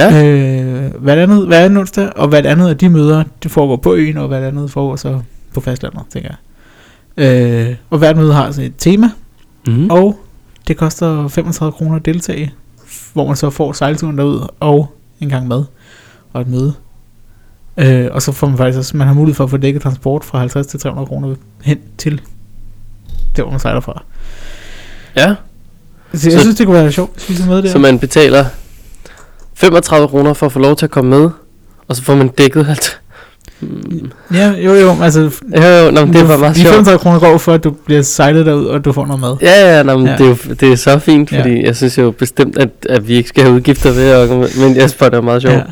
A: ja.
B: Øh, hvert andet, hver anden onsdag, og hvert andet af de møder, det foregår på øen, og hvert andet foregår så på fastlandet, tænker jeg. Øh, og hvert møde har altså et tema,
A: Mm.
B: mm. og det koster 35 kroner at deltage, hvor man så får sejlturen derud, og en gang mad, og et møde. Øh, og så får man faktisk også, man har mulighed for at få dækket transport fra 50 til 300 kroner hen til der, hvor man sejler fra.
A: ja.
B: Så jeg
A: Så-
B: synes, det kunne være sjovt, hvis vi tog med der.
A: Så man betaler 35 kroner for at få lov til at komme med, og så får man dækket alt. Mm.
B: Ja, jo, jo, altså
A: Jo, jo, nå, men det var meget
B: De
A: sjovt.
B: 35 kroner går for, at du bliver sejlet derud, og du får noget mad.
A: Ja, ja, nå, men
B: Ja.
A: ja. Det, er jo, det er så fint,
B: Ja.
A: fordi jeg synes jo bestemt, at, at vi ikke skal have udgifter ved at komme med, men jeg spørger, det er meget sjovt. Ja.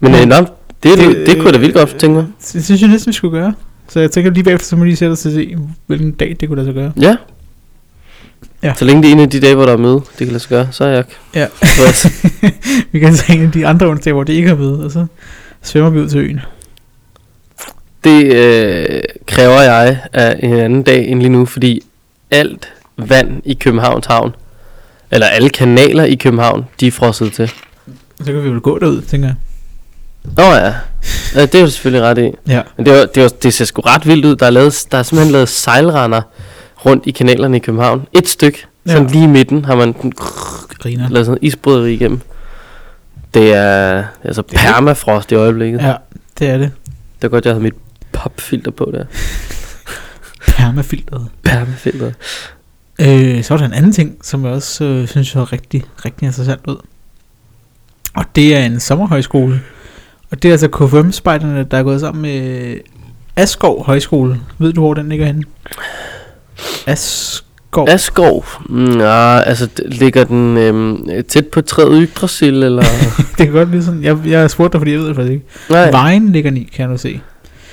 A: Men øh, nå, det, øh, det, det kunne jeg da vildt godt tænke mig.
B: Så Det synes jeg næsten, vi skulle gøre. Så jeg tænker lige bagefter, så må vi lige sætte os til at se, hvilken dag det kunne lade sig gøre.
A: Ja.
B: Ja.
A: Så længe det er en af de dage, hvor der er møde, det kan lade sig gøre, så er jeg
B: Ja.
A: <laughs> tilfreds.
B: Vi kan tage en af de andre onsdage, hvor det ikke er ved, og så svømmer vi ud til øen.
A: Det øh, kræver jeg af en anden dag end lige nu, fordi alt vand i Københavns Havn, eller alle kanaler i København, de er frosset til.
B: Så kan vi vel gå derud, tænker jeg.
A: Nå ja, ja det er du selvfølgelig ret i.
B: Ja.
A: Men det, var, det, var, det ser sgu ret vildt ud. Der er, lavet, der er simpelthen lavet sejlrender rundt i kanalerne i København. Et stykke,
B: Ja.
A: ja. sådan lige i midten, har man
B: Griner.
A: lavet sådan en isbryderi igennem. Det er altså
B: er-
A: permafrost i øjeblikket. Ja.
B: Ja, det er det.
A: Det er godt, jeg havde mit popfilter på
B: <laughs>
A: der.
B: Permafilteret.
A: Permafilter.
B: Øh, så er der en anden ting, som jeg også øh, synes var rigtig, rigtig interessant ud. Og det er en sommerhøjskole. Og det er altså KFM-spejderne, der er gået sammen med Askov Højskole. Ved du, hvor den ligger henne? Askov. As-
A: Askov. Nå, altså d- ligger den øhm, tæt på træet Yggdrasil,
B: <laughs>
A: eller?
B: det kan godt blive sådan. Jeg, jeg spurgte dig, fordi jeg ved det faktisk ikke.
A: Nej,
B: Vejen ligger ni, kan du se.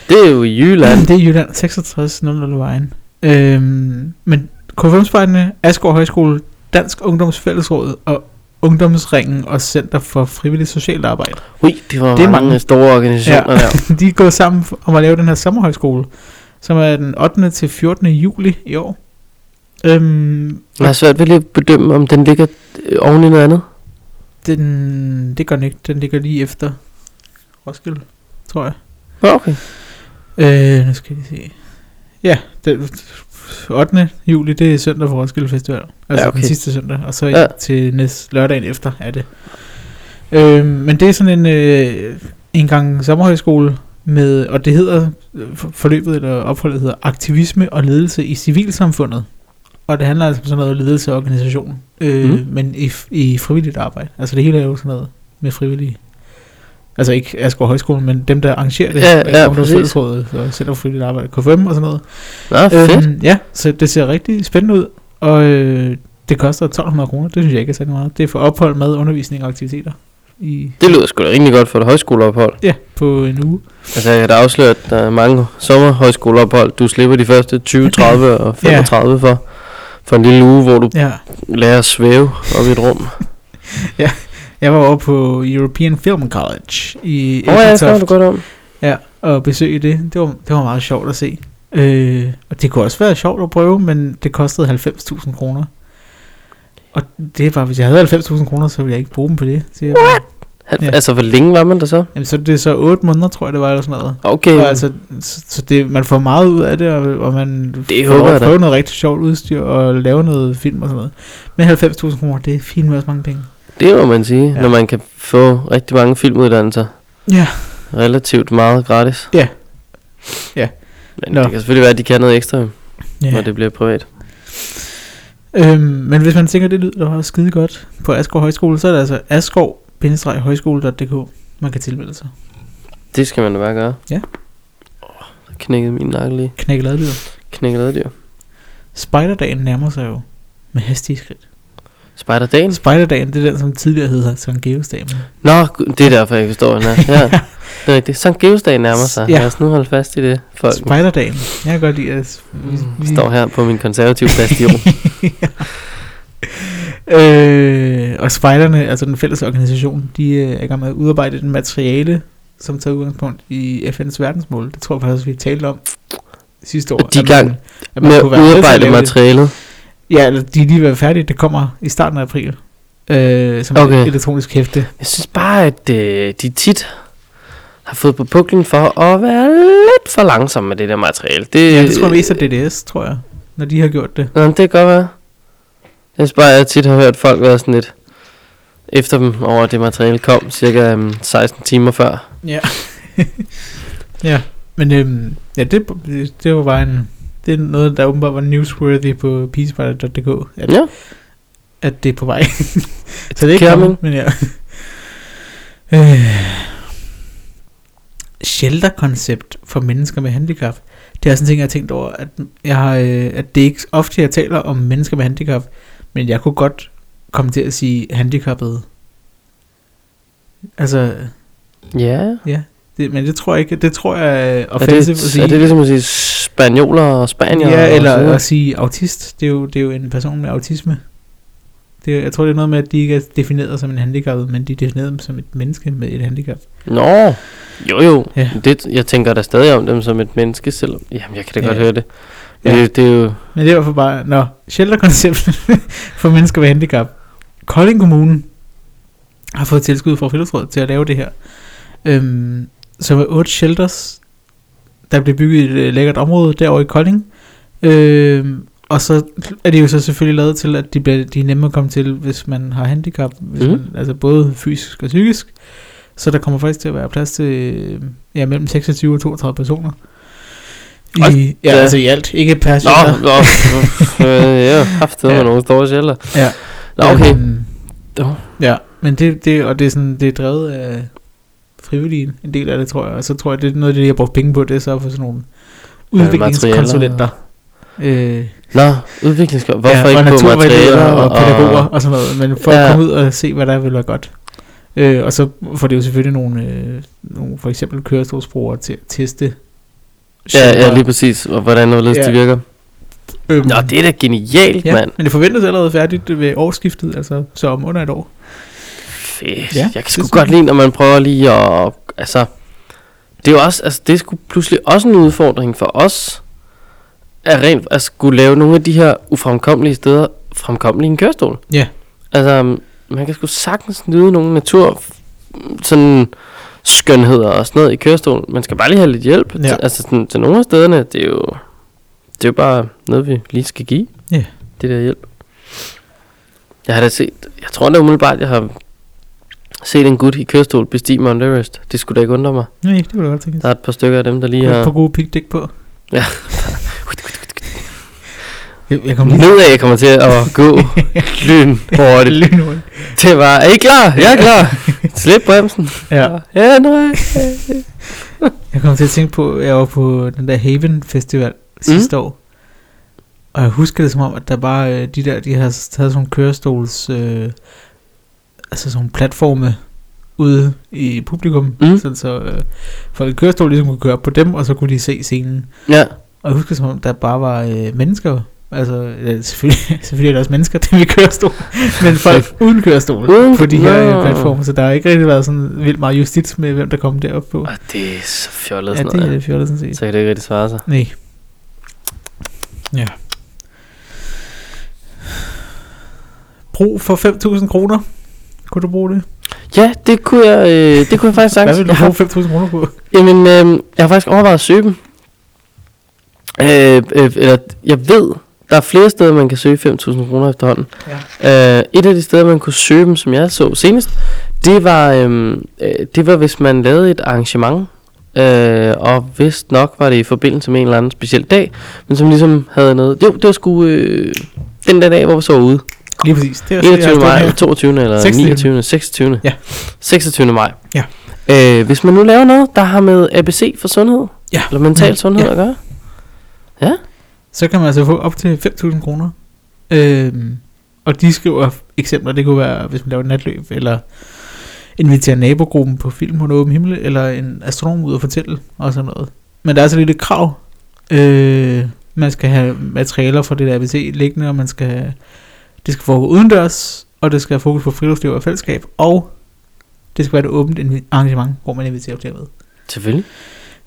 A: det er jo i Jylland.
B: Det er Jylland 66 00 Vejen. Øhm, men KFM-spejderne, Askov Højskole, Dansk Ungdomsfællesråd og Ungdomsringen og Center for Frivilligt Socialt Arbejde. <laughs>
A: Ui, det var
B: Det
A: det
B: er
A: mange
B: mange.
A: store organisationer ja. der.
B: de er gået sammen f- om at lave den her sommerhøjskole, som er den 8. til 14. juli i år. Øhm,
A: Jeg har svært ved lige at bedømme, om den ligger øh, oven i noget andet.
B: den, det gør den ikke. Den ligger lige efter Roskilde, tror jeg.
A: Nå, okay.
B: Øh, nu skal vi se. Ja, den 8. juli, det er søndag for Roskilde Festival. Altså
A: Ja,
B: ja,
A: okay.
B: okay. den sidste søndag, og så
A: Ja.
B: ja. til næste lørdagen efter er det. Øh, men det er sådan en, øh, en gang sommerhøjskole, med, og det hedder, øh, for- forløbet eller opholdet hedder Aktivisme og ledelse i civilsamfundet. Og det handler altså om sådan noget ledelse og organisation, øh,
A: Mm.
B: mm. men i, f- i frivilligt arbejde. Altså det hele er jo sådan noget med frivillige. Altså ikke Asgaard Højskole, men dem, der arrangerer det. Øh,
A: Ja, ja, præcis.
B: Ungdomsfællesrådet og Center for Frivilligt Arbejde, KFM og sådan noget.
A: Nå, fedt.
B: Øhm, ja, så det ser rigtig spændende ud, og øh, det koster 1200 kroner, det synes jeg ikke er særlig meget. Det er for ophold, mad, undervisning og aktiviteter. I,
A: Det lyder sgu da rimelig godt for et højskoleophold.
B: ja, på en uge.
A: Altså, jeg kan da afsløre, at der er mange sommerhøjskoleophold. Du slipper de første <clears throat> 20, 30 og 35 ja. for. For en lille uge, hvor du
B: Ja.
A: lærer at svæve op i et rum.
B: Jeg var over på European Film College i
A: Åh, oh, ja, det
B: Ebeltoft.
A: du godt om.
B: Ja, og besøge det, det var, det var meget sjovt at se. Øh, og det kunne også være sjovt at prøve, men det kostede 90.000 kroner. Og det er bare, hvis jeg havde 90.000 kroner, så ville jeg ikke bruge dem på det. Så, jeg bare,
A: Han, ja.
B: Ja.
A: Altså, hvor længe var man der så?
B: jamen, så det er så 8 måneder, tror jeg, det var eller sådan noget.
A: Okay,
B: Og altså, så så det, man får meget ud af det, og, og man
A: Det
B: får
A: håber
B: lov at
A: jeg da.
B: prøve noget rigtig sjovt udstyr og lave noget film og sådan noget. Men 90.000 kroner, det er fint med også mange penge.
A: det må man sige, ja.
B: Ja.
A: når man kan få rigtig mange filmuddannelser
B: Ja,
A: relativt meget gratis.
B: Ja. Ja.
A: Men
B: Nå.
A: det kan selvfølgelig være, at de kan noget ekstra, når
B: ja.
A: det bliver privat.
B: Øhm, men hvis man tænker, det lyder da skide godt på Asgaard Højskole, så er det altså asgaard-højskole.dk, man kan tilmelde sig.
A: Det skal man da bare gøre.
B: Ja.
A: Åh, oh, knækkede min nakke lige.
B: Knække laddyr.
A: Knækkede laddyr.
B: Spejderdagen nærmer sig jo med hastige skridt.
A: Spejderdagen?
B: Spejderdagen, det er den, som tidligere hed Sankt Geosdagen.
A: Nå, gud, det er derfor, jeg forstår den her. Ja,
B: <laughs>
A: det er rigtigt. Sankt Geosdag nærmer sig. Ja.
B: Ja.
A: Lad os nu holde fast i det, folk.
B: Spejderdagen. Jeg kan godt lide, at
A: Vi
B: vi,
A: Mm, står her på min konservative bastion.
B: <laughs> øh, og spejderne, altså den fælles organisation, de øh, er i gang med at udarbejde et materiale, som tager udgangspunkt i FN's verdensmål. Det tror jeg faktisk, vi talte om sidste år.
A: Og de er i
B: at man-
A: gang
B: at man
A: Med
B: kunne
A: at
B: være med til at
A: udarbejde
B: lave det.
A: materialet.
B: Ja, eller de er lige ved færdige. Det kommer i starten af april. Øh, som
A: Okay.
B: okay. et elektronisk hæfte.
A: Jeg synes bare, at øh, de tit har fået på puklen for at være lidt for langsomme med det der materiale. Det,
B: Ja, det tror jeg mest
A: øh,
B: er DDS, tror jeg, når de har gjort det.
A: Nå, men det kan godt være. Jeg synes bare, at jeg tit har hørt folk være sådan lidt efter dem over, at det materiale kom cirka øhm, 16 timer før.
B: Ja. ja, men øhm, ja, det, det var bare en... Det er noget, der åbenbart var newsworthy på peacefighter.dk, at,
A: Ja,
B: at det er
A: <laughs>
B: på vej. Så det er ikke
A: coming.
B: kommet, men ja. Øh. Shelterkoncept for mennesker med handicap. Det er sådan en ting, jeg har tænkt over, at, jeg har, øh, at det er ikke ofte, jeg taler om mennesker med handicap, men jeg kunne godt komme til at sige handicappede. Altså,
A: ja.
B: ja, det, men det tror jeg ikke, det tror jeg er
A: Er
B: offensive at
A: det,
B: sige.
A: er det ligesom at sige spanioler og spanier?
B: ja, eller
A: og
B: at sige autist, det er, jo, det er jo en person med autisme. Det, er- jeg tror, det er noget med, at de ikke er defineret som en handicappet, men de er defineret som et menneske med et handicap.
A: Nå, jo jo. Ja.
B: Ja.
A: Det, jeg tænker da stadig om dem som et menneske, selvom... Jamen, jeg kan da ja. godt
B: Ja.
A: høre det. Men ja.
B: Ja.
A: det, det er jo...
B: Men det er i hvert fald bare, nå, shelterkoncept <laughs> for mennesker med handicap. Kolding Kommune har fået tilskud fra Friluftsrådet til at lave det her. Øhm, så med otte shelters, der blev bygget i et øh, lækkert område derovre i Kolding. Øhm, og så er det jo så selvfølgelig lavet til, at de, bliver, de er nemme at komme til, hvis man har handicap. Hvis
A: Mhm.
B: mm. man, altså både fysisk og psykisk. Så der kommer faktisk til at være plads til øh, ja, mellem 26 og 32 personer.
A: Hold
B: I, ja,
A: da.
B: altså i alt. Ikke per
A: Nå,
B: shelter.
A: nå, <laughs> øh, jeg har haft det med
B: Ja.
A: nogle store sjælder.
B: Ja.
A: Nå, okay.
B: Øhm,
A: Nå.
B: Ja, men det, det, og det er, sådan, det er drevet af frivillige, en del af det, tror jeg. Og så tror jeg, det er noget af det, de har brugt penge på, det er så for sådan nogle
A: Ja,
B: udviklingskonsulenter. Øh,
A: Nå, udviklingsskab. Hvorfor
B: og
A: ikke på
B: naturvejledere
A: materialer
B: og, pædagoger og sådan noget, men for ja.
A: Ja.
B: at komme ud og se, hvad der vil være godt. Øh, og så får det jo selvfølgelig nogle, øh, nogle for eksempel kørestolsbrugere til at teste.
A: Ja, ja,
B: shelter.
A: lige præcis. Og hvordan og hvorledes
B: Ja.
A: det virker.
B: Øhm,
A: Nå, det er da genialt,
B: ja,
A: mand.
B: men det forventes allerede færdigt ved årsskiftet, altså så om under et år.
A: Fedt.
B: Ja,
A: Ja, jeg kan
B: det
A: sgu
B: synes
A: godt
B: jeg.
A: lide, når man prøver lige at... Altså, det er jo også, altså, det er sgu pludselig også en udfordring for os, at rent at skulle lave nogle af de her ufremkommelige steder fremkommelige i en kørestol.
B: Ja.
A: Altså, mm, man kan sgu sagtens nyde nogle natur, mm, sådan skønheder og sådan noget i kørestolen. Man skal bare lige have lidt hjælp.
B: Ja.
A: Ja. Til, altså, sådan, til nogle af stederne, det er jo, det er jo bare noget, vi lige skal give.
B: Ja.
A: Det der hjælp. Jeg har da set, jeg tror da umiddelbart, jeg har set en gut i kørestol bestige Mount Everest. Det skulle da ikke undre mig.
B: Nej, det kunne jeg godt tænke.
A: Der er et par stykker af dem, der lige
B: Ja. Et par
A: har...
B: gode pigdæk på.
A: Ja.
B: <laughs> jeg, jeg kom lige
A: Nu af kommer til at
B: <laughs>
A: gå lyn hurtigt.
B: lynhurtigt.
A: Det var, er I klar? Jeg er klar.
B: <laughs>
A: Slip bremsen.
B: Ja.
A: Ja, nej.
B: Jeg kom til at tænke på, jeg var på den der Haven Festival
A: Mm.
B: sidste år. Og jeg husker det som om, at der bare øh, de der, de har taget sådan nogle kørestols, øh, altså sådan nogle platforme ude i publikum.
A: Mm.
B: Sådan, så øh, folk i kørestol ligesom kunne køre op på dem, og så kunne de se scenen.
A: Ja,
B: Og jeg husker det som om, der bare var øh, mennesker. Altså, øh, selvfølgelig, <laughs> selvfølgelig er der også mennesker, der vil kørestol, men <laughs> folk uden kørestol
A: Uden-
B: på de her
A: Nå.
B: øh, platforme, så der har ikke rigtig været sådan vildt meget justits med, hvem der kom derop på.
A: og det er så fjollet
B: Ja,
A: sådan
B: det er
A: noget.
B: lidt fjollet sådan set.
A: Så kan det ikke rigtig svare sig.
B: Nej. Ja. Brug for 5.000 kroner. Kunne du bruge det?
A: Ja, det kunne jeg, øh, det kunne jeg faktisk
B: Hvad
A: sagtens.
B: vil du
A: Jeg har
B: bruge 5.000 kroner på?
A: Jamen, øh, jeg har faktisk overvejet at søge dem. Øh, øh, eller, jeg ved, der er flere steder, man kan søge 5.000 kroner efterhånden. Ja. Øh, et af de steder, man kunne søge dem, som jeg så senest, det var, øh, øh, det var hvis man lavede et arrangement. Øh, og vist nok var det i forbindelse med en eller anden speciel dag, men som ligesom havde noget... Jo, det var sgu øh, den der dag, hvor vi så ude.
B: Lige præcis. Det er også det, jeg
A: 21.
B: har
A: maj,
B: stået
A: 22. eller
B: 26..
A: 29. 26.
B: Ja.
A: 26. maj.
B: Ja.
A: Øh, hvis man nu laver noget, der har med ABC for sundhed,
B: Ja.
A: eller mental
B: Mm,
A: sundhed
B: ja.
A: at gøre.
B: her. Så kan man altså få op til 5.000 kroner. Øhm, og de skriver eksempler. Det kunne være, hvis man laver et natløb, eller inviterer nabogruppen på film under åben himmel, eller en astronom ud og fortælle, og sådan noget. Men der er så lidt et krav. Øh, man skal have materialer fra det der ABC liggende, og man skal have, det skal foregå udendørs, og det skal have fokus på friluftsliv og fællesskab, og det skal være et åbent invi- arrangement, hvor man inviterer flere med.
A: Selvfølgelig.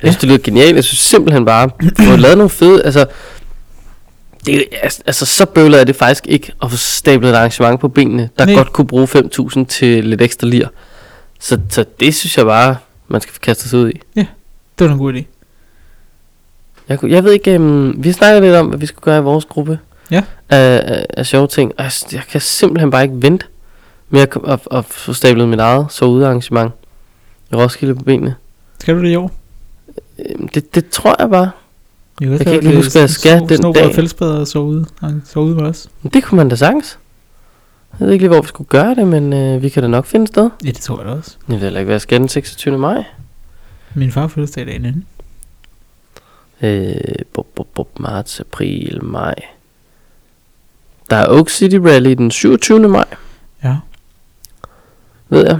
A: Jeg synes, det lyder genialt. Jeg synes simpelthen bare, at få lavet nogle fede... Altså, det, er- altså, så bøvlet er det faktisk ikke at få stablet et arrangement på benene, der
B: Nej.
A: Nej. godt kunne bruge 5.000 til lidt ekstra lir. Så, så det synes jeg bare, man skal kaste sig ud i.
B: Det var en god idé.
A: Jeg, kunne, jeg ved ikke, um, vi snakkede lidt om, hvad vi skulle gøre i vores gruppe.
B: Ja.
A: Af, af, af sjove ting. Og jeg, s- jeg kan simpelthen bare ikke vente med at, kom- at, at få stablet mit eget så ude arrangement i Roskilde på benene.
B: Skal du det i år?
A: Øhm, Det, det tror jeg bare.
B: Jo,
A: Jeg kan ikke lige huske, hvad jeg skal den dag.
B: dag. Fællesbad og så ude. Han så ude med os.
A: Men Det kunne man da sagtens. Jeg ved ikke lige, hvor vi skulle gøre det, men øh, vi kan da nok finde et sted.
B: Ja, det tror jeg da også.
A: Jeg ved heller ikke, hvad jeg skal den 26. maj.
B: Min far fødselsdag dagen inden.
A: Øh, bup, bup, bup, marts, april, maj. Der er Oak City Rally den 27. maj,
B: Ja.
A: ved jeg.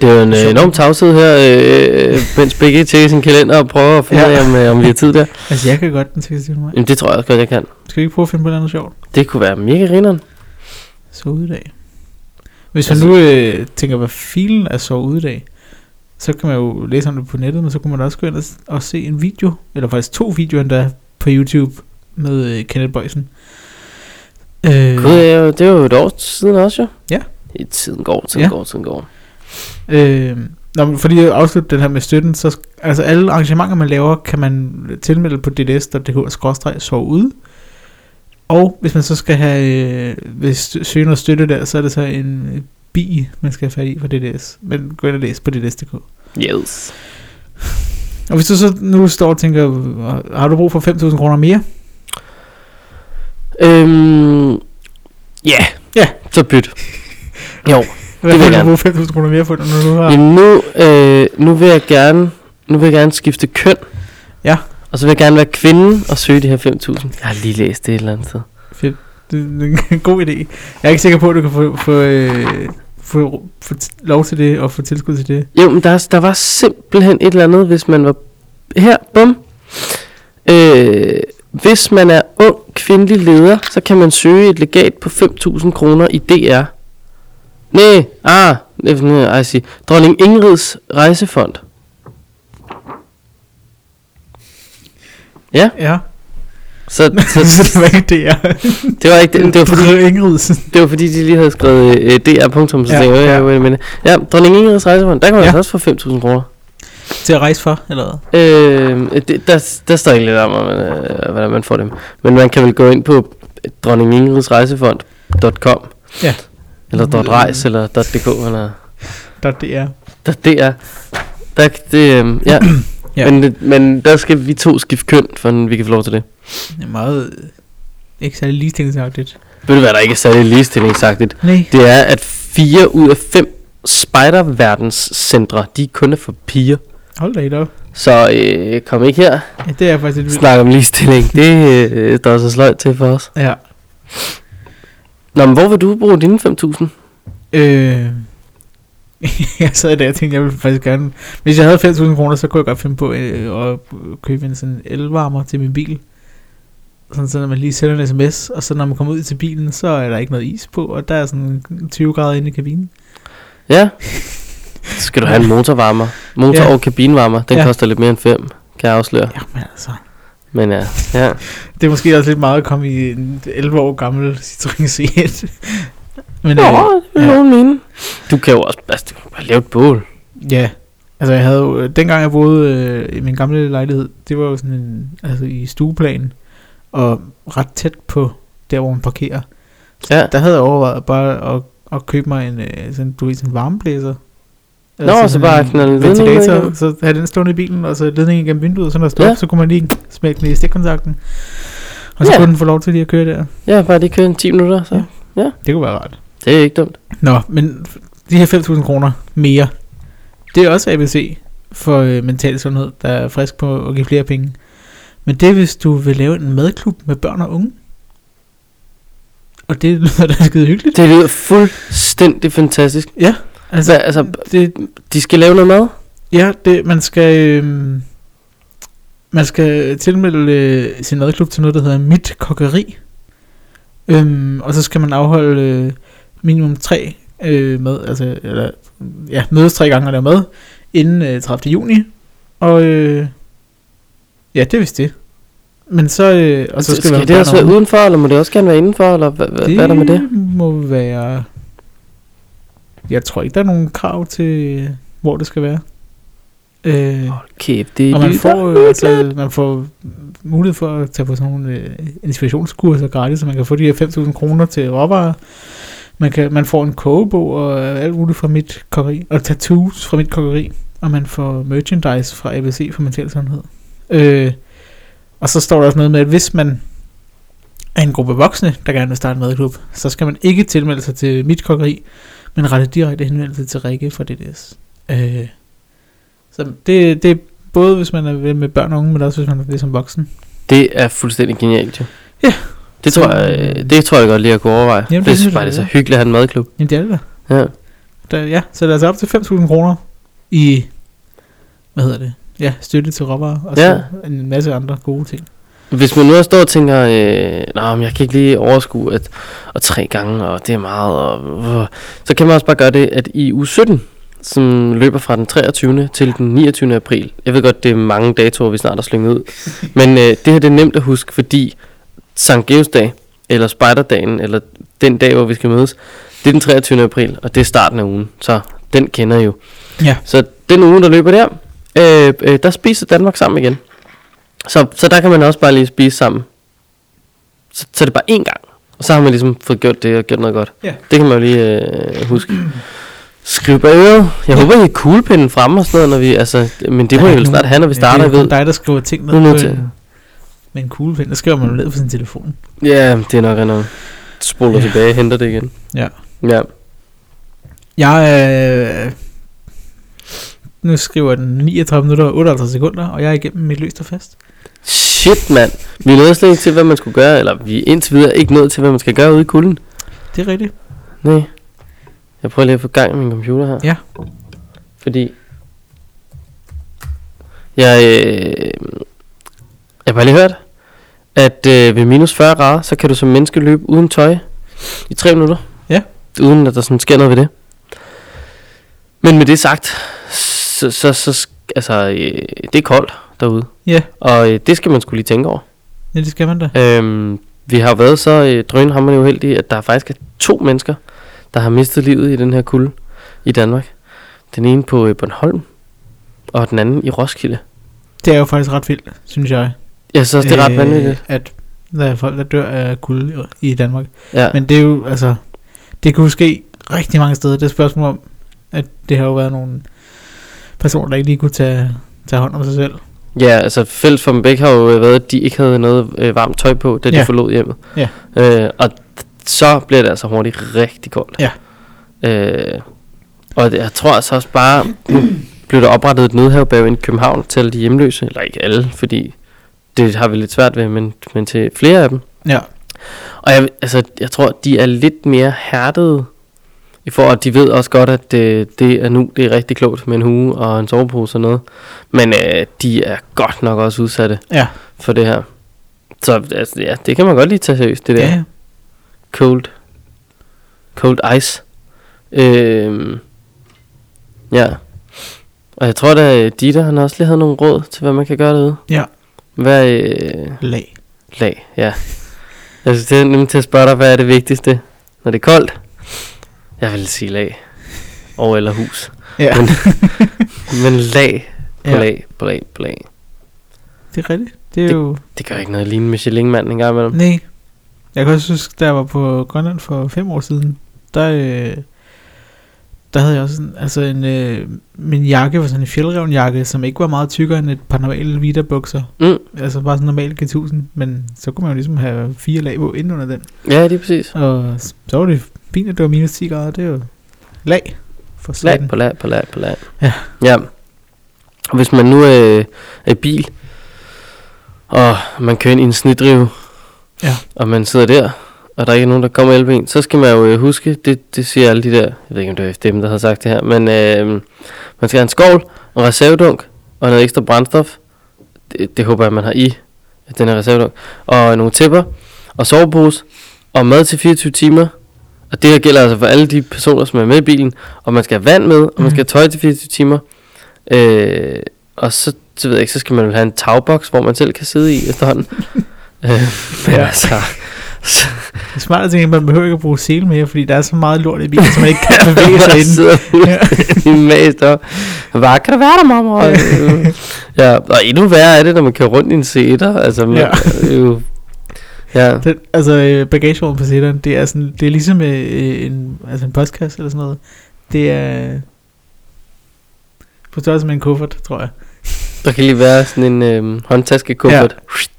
A: Det er jo en øh, enorm tavshed her, øh, mens begge tjekker sin kalender og prøver at finde ud
B: Ja.
A: af, om, øh, om vi har tid der.
B: Altså, jeg kan godt den 26. maj.
A: Jamen, det tror jeg også godt, jeg kan.
B: Skal vi ikke prøve at finde på noget andet sjovt?
A: Det kunne være mega grineren.
B: Så ude i dag. Hvis
A: Altså-
B: man nu øh, tænker, hvad filen er så ude i dag, så kan man jo læse om det på nettet, men så kunne man også gå ind og, og se en video, eller faktisk to videoer endda, på YouTube med øh, Kenneth Øh, Bøjsen. Øh,
A: Gud, det er jo- det er jo et år siden også, jo.
B: Ja.
A: Tiden går, tiden
B: Ja.
A: går, tiden går.
B: Øh, nå, men fordi jeg afslutte den her med støtten, så sk- altså alle arrangementer, man laver, kan man tilmelde på dds.dk-sovude. Og hvis man så skal have, øh, hvis søge noget støtte der, så er det så en bi, man skal have fat i for DDS. Men gå ind og læs på dds.dk.
A: Yes.
B: Og hvis du så nu står og tænker, "Har- har du brug for 5.000 kroner mere?
A: Øhm, ja.
B: Ja.
A: Så byt. jo.
B: Hvad
A: Det vil
B: vil
A: jeg
B: du bruge 5.000 kroner mere for, når du har...
A: Jamen nu, øh, nu vil jeg gerne nu vil jeg gerne skifte køn.
B: Ja.
A: Og så vil jeg gerne være kvinde og søge de her 5.000. Jeg har lige læst det et eller andet sted.
B: Fedt. Det er en god idé. Jeg er ikke sikker på, at du kan få, få, øh, få, få t- lov til det og få tilskud til det.
A: Jo, men der, der var simpelthen et eller andet, hvis man var... Her, bum. Øh, hvis man er ung kvindelig leder, så kan man søge et legat på 5.000 kroner i DR. Næh, ah, øh, nej, I see. Dronning Ingrids rejsefond.
B: Ja.
A: Så,
B: <laughs> Så
A: så
B: det var ikke det, jeg...
A: det var ikke det, det var fordi,
B: Ingrid.
A: Det var fordi, de lige havde skrevet øh, DR. punktum, så
B: Ja,
A: ja, tænkte jeg,
B: ja.
A: ja. wait a minute. Ja, dronning Ingrids rejsefond, der kan man
B: Ja.
A: ja. altså også få 5.000 kroner.
B: <laughs> Til at rejse for, eller hvad?
A: Øh, det, der, der står ikke lidt om, om, øh, hvordan man får dem. Men man kan vel gå ind på dronning Ingrids rejsefond.com
B: Ja.
A: Eller dot .rejs, eller dot .dk, eller
B: Der det er.
A: dot .dr. Der, det, øh, ja.
B: Ja.
A: ja. Men, det- men der skal vi to skifte køn, for vi kan få lov til det.
B: Det er meget... øh, Ikke særlig ligestillingsagtigt.
A: Ved du hvad, der ikke er særlig ligestillingsagtigt?
B: Nej.
A: Det er, at fire ud af fem spejderverdenscentre, de kun er for piger.
B: Hold da i dag.
A: Så øh, kom ikke her.
B: Ja, det er faktisk lidt vildt.
A: Snak om ligestilling. Det øh, der er så sløjt til for os.
B: Ja.
A: Nå, men hvor vil du bruge dine 5.000?
B: Øh, <laughs> jeg sad der og tænkte, jeg ville faktisk gerne... Hvis jeg havde 5.000 kroner, så kunne jeg godt finde på øh, at købe en sådan elvarmer til min bil. Sådan, så når man lige sender en sms, og så når man kommer ud til bilen, så er der ikke noget is på, og der er sådan 20 grader inde i kabinen.
A: Ja. Så skal du have en motorvarmer. Motor-
B: Ja.
A: og kabinevarmer. Den
B: Ja.
A: ja. koster lidt mere end 5, kan jeg afsløre.
B: Jamen altså,
A: Men ja, ja.
B: det er måske også lidt meget at komme i en 11 år gammel Citroën C1.
A: <laughs>
B: Men, øh,
A: Nå, det vil
B: ja.
A: nogen mene. Du kan jo også altså, du kan bare lave et bål.
B: Ja, altså jeg havde jo, dengang jeg boede øh, i min gamle lejlighed, det var jo sådan en, altså i stueplanen, og ret tæt på der, hvor man parkerer.
A: Ja.
B: Der havde jeg overvejet bare at, at købe mig en, øh, sådan, du ved, sådan en varmeblæser. Eller
A: Nå,
B: sådan
A: så bare knalde
B: en
A: ledningen ned
B: ventilator,
A: igennem.
B: så havde den stående i bilen, og så ledningen gennem vinduet, og så når jeg stod
A: Ja.
B: ja. så kunne man lige smække den i stikkontakten. Og så ja.
A: Ja.
B: kunne den få lov til lige at køre der.
A: Ja, bare lige køre en 10 minutter, så.
B: Ja. Det kunne være rart.
A: Det er ikke dumt.
B: Nå, men de her 5.000 kroner mere, det er også ABC for øh, mental sundhed, der er frisk på at give flere penge. Men det er, hvis du vil lave en madklub med børn og unge. Og det lyder da skide hyggeligt.
A: Det lyder fuldstændig fantastisk.
B: Ja,
A: Altså,
B: altså,
A: Hvad, altså
B: det,
A: de skal lave noget mad?
B: ja, det, man skal... Øh, man skal tilmelde øh, sin madklub til noget, der hedder Mit Kokkeri. Øhm, og så skal man afholde øh, minimum tre øh, med, altså, eller, ja, mødes tre gange og lave mad, inden øh, 30. juni. Og øh, ja, det er vist det. Men så, øh, og så
A: Altså,
B: skal,
A: skal
B: man
A: det også være udenfor, eller må det også gerne være indenfor, eller hvad, hvad, hvad er der med det?
B: må være... Jeg tror ikke, der er nogen krav til, hvor det skal være. Øh,
A: Kæft, det er
B: og man
A: vildt.
B: får, øh, altså, man får mulighed for at tage på sådan nogle øh, inspirationskurser gratis, så man kan få de her 5.000 kroner til råvarer. Man, kan, man får en kogebog og alt muligt fra mit kokkeri, og tattoos fra mit kokkeri, og man får merchandise fra ABC for mental sundhed. Øh, og så står der også noget med, at hvis man er en gruppe voksne, der gerne vil starte en madklub, så skal man ikke tilmelde sig til mit kokkeri, men rette direkte henvendelse til Rikke fra DDS. Øh, så det, det er både hvis man er ven med børn og unge, men også hvis man er det som voksen.
A: Det er fuldstændig genialt, jo.
B: Ja.
A: Det
B: Så-
A: tror, jeg, øh, det tror jeg godt lige, at kunne overveje.
B: Jamen, det
A: Jamen, det
B: synes
A: synes bare, det
B: jeg,
A: er så
B: ja.
A: hyggeligt at have en madklub.
B: Jamen det er det da.
A: Ja.
B: Der, ja, så det er altså op til 5.000 kroner i, hvad hedder det, ja, støtte til råvarer, og så en masse andre gode ting.
A: Hvis man nu også står og tænker, øh, nej, men jeg kan ikke lige overskue, at og tre gange, og det er meget, og, øh, så kan man også bare gøre det, at i uge 17, som løber fra den 23. til den 29. april. Jeg ved godt, det er mange datoer, vi snart har slynget ud.
B: <laughs>
A: Men øh, det her det er nemt at huske, fordi Sankt Geosdag, eller Spejderdagen, eller den dag, hvor vi skal mødes, det er den 23. april, og det er starten af ugen. Så den kender jo.
B: Ja.
A: Så den uge, der løber der, øh, øh, der spiser Danmark sammen igen. Så, så der kan man også bare lige spise sammen. Så, så det er bare én gang. Og så har man ligesom fået gjort det og gjort noget godt.
B: Ja.
A: Det kan man jo lige øh, huske. Skriv bag øret. Jeg håber, I har kuglepinden fremme og sådan noget, når vi, altså, men det må I vel snart have, når vi starter, jeg
B: Det er
A: ved.
B: kun dig, der skriver ting ned
A: Nu er jeg nødt
B: på
A: til-
B: en, med en kuglepen. Der skriver man jo ned på sin telefon.
A: Ja, det er nok en Spoler
B: Ja.
A: tilbage, henter det igen.
B: Ja.
A: Ja.
B: Jeg øh, nu skriver den 39 minutter og 58 sekunder, og jeg er igennem mit løst og fast.
A: Shit, mand. Vi nåede slet ikke til, hvad man skulle gøre, eller vi er indtil videre ikke nået til, hvad man skal gøre ude i kulden.
B: Det er rigtigt.
A: Nej. Jeg prøver lige at få gang i min computer her.
B: Ja.
A: Fordi... Jeg, øh, jeg har bare lige hørt, at øh, ved minus 40 grader, så kan du som menneske løbe uden tøj i 3 minutter.
B: Ja.
A: Uden at der sådan sker noget ved det. Men med det sagt, så, så, så sk- altså, øh, det er koldt derude.
B: Ja.
A: Og øh, det skal man skulle lige tænke over.
B: Ja, det skal man da.
A: Øhm, vi har været så øh, drønhammerende uheldige, at der faktisk er to mennesker, der har mistet livet i den her kulde i Danmark. Den ene på øh, Bornholm, og den anden i Roskilde.
B: Det er jo faktisk ret vildt, synes jeg.
A: Jeg synes også, det er
B: Øh,
A: ret vanvittigt.
B: At der er folk, der dør af kulde i Danmark.
A: Ja,
B: Men det er jo, altså, det kunne ske rigtig mange steder. Det er et spørgsmål om, at det har jo været nogle personer, der ikke lige kunne tage, tage hånd om sig selv.
A: ja altså fælles for dem begge har jo øh, været, at de ikke havde noget øh, varmt tøj på, da de
B: Ja.
A: forlod hjemmet.
B: Ja.
A: Øh, og så bliver det altså hurtigt rigtig koldt.
B: Ja.
A: Øh, og det, jeg tror altså også bare, nu blev der oprettet et nødhavebag i København til alle de hjemløse. Eller ikke alle, fordi det har vi lidt svært ved, men, men til flere af dem.
B: Ja.
A: Og jeg, altså, jeg tror, de er lidt mere hærdede. I for, at de ved også godt, at øh, det er nu, det er rigtig klogt med en hue og en sovepose og noget. Men øh, de er godt nok også udsatte
B: Ja.
A: for det her. Så altså, ja, det kan man godt lige tage seriøst, det der
B: ja.
A: cold, cold ice. Øhm, ja. Og jeg tror da, øh, Dieter, han også lige havde nogle råd til, hvad man kan gøre derude.
B: Ja.
A: Hvad, øh,
B: Lag.
A: lag, ja. Jeg synes, det er nemlig til at spørge dig, hvad er det vigtigste, når det er koldt? Jeg vil sige lag. Og eller hus.
B: Ja, <laughs>
A: Men- Men lag på
B: Ja.
A: lag på lag på lag.
B: det er rigtigt. Det er jo...
A: Det gør ikke noget lignende Michelin-manden engang imellem.
B: Nej. Jeg kan også huske, da jeg var på Grønland for fem år siden, der, øh, der havde jeg også sådan, altså en, øh, min jakke var sådan en fjeldrevnjakke, som ikke var meget tykkere end et par normale vita bukser.
A: Mm.
B: Altså bare sådan normale G1000, men så kunne man jo ligesom have fire lag på inden under den.
A: Ja, lige præcis.
B: Og s- så var det fint, at det var minus 10 grader, det er jo lag for
A: Lag
B: satan.
A: på lag på lag på lag.
B: Ja.
A: ja. Og hvis man nu øh, er i bil, og man kører ind i en snedrive,
B: Ja.
A: og man sidder der, og der ikke er nogen, der kommer og hjælper en, så skal man jo øh, huske, det, det siger alle de der, jeg ved ikke om det er dem, der har sagt det her, men øh, man skal have en skovl, en reservedunk, og noget ekstra brændstof. Det, det håber jeg, man har i, den her reservedunk. Og nogle tæpper, og sovepose, og mad til 24 timer. Og det her gælder altså for alle de personer, som er med i bilen. Og man skal have vand med, og man skal have tøj til 24 timer. Øh, og så, så ved jeg ikke, så skal man vel have en tagboks, hvor man selv kan sidde i efterhånden. <laughs> øh, men
B: Ja.
A: ja. altså, så
B: Det er smart at tænke, at man behøver ikke at bruge sele mere, fordi der er så meget lort i bilen, som man ikke
A: <laughs>
B: kan <laughs> bevæge sig
A: bare
B: inden.
A: sidder
B: Ja.
A: <laughs> fuldstændig mast op. Hvad kan det være der, mamma? Øh, <laughs> ja, og endnu værre er det, når man kører rundt i en seter. Altså, man,
B: Ja.
A: ja. Øh, ja.
B: Den, altså øh, bagagerummet på sætteren, det er, sådan, det er ligesom øh, øh, en, altså en postkasse eller sådan noget. Det er på størrelse med en kuffert, tror jeg.
A: Der kan lige være sådan en øh, håndtaskekuffert.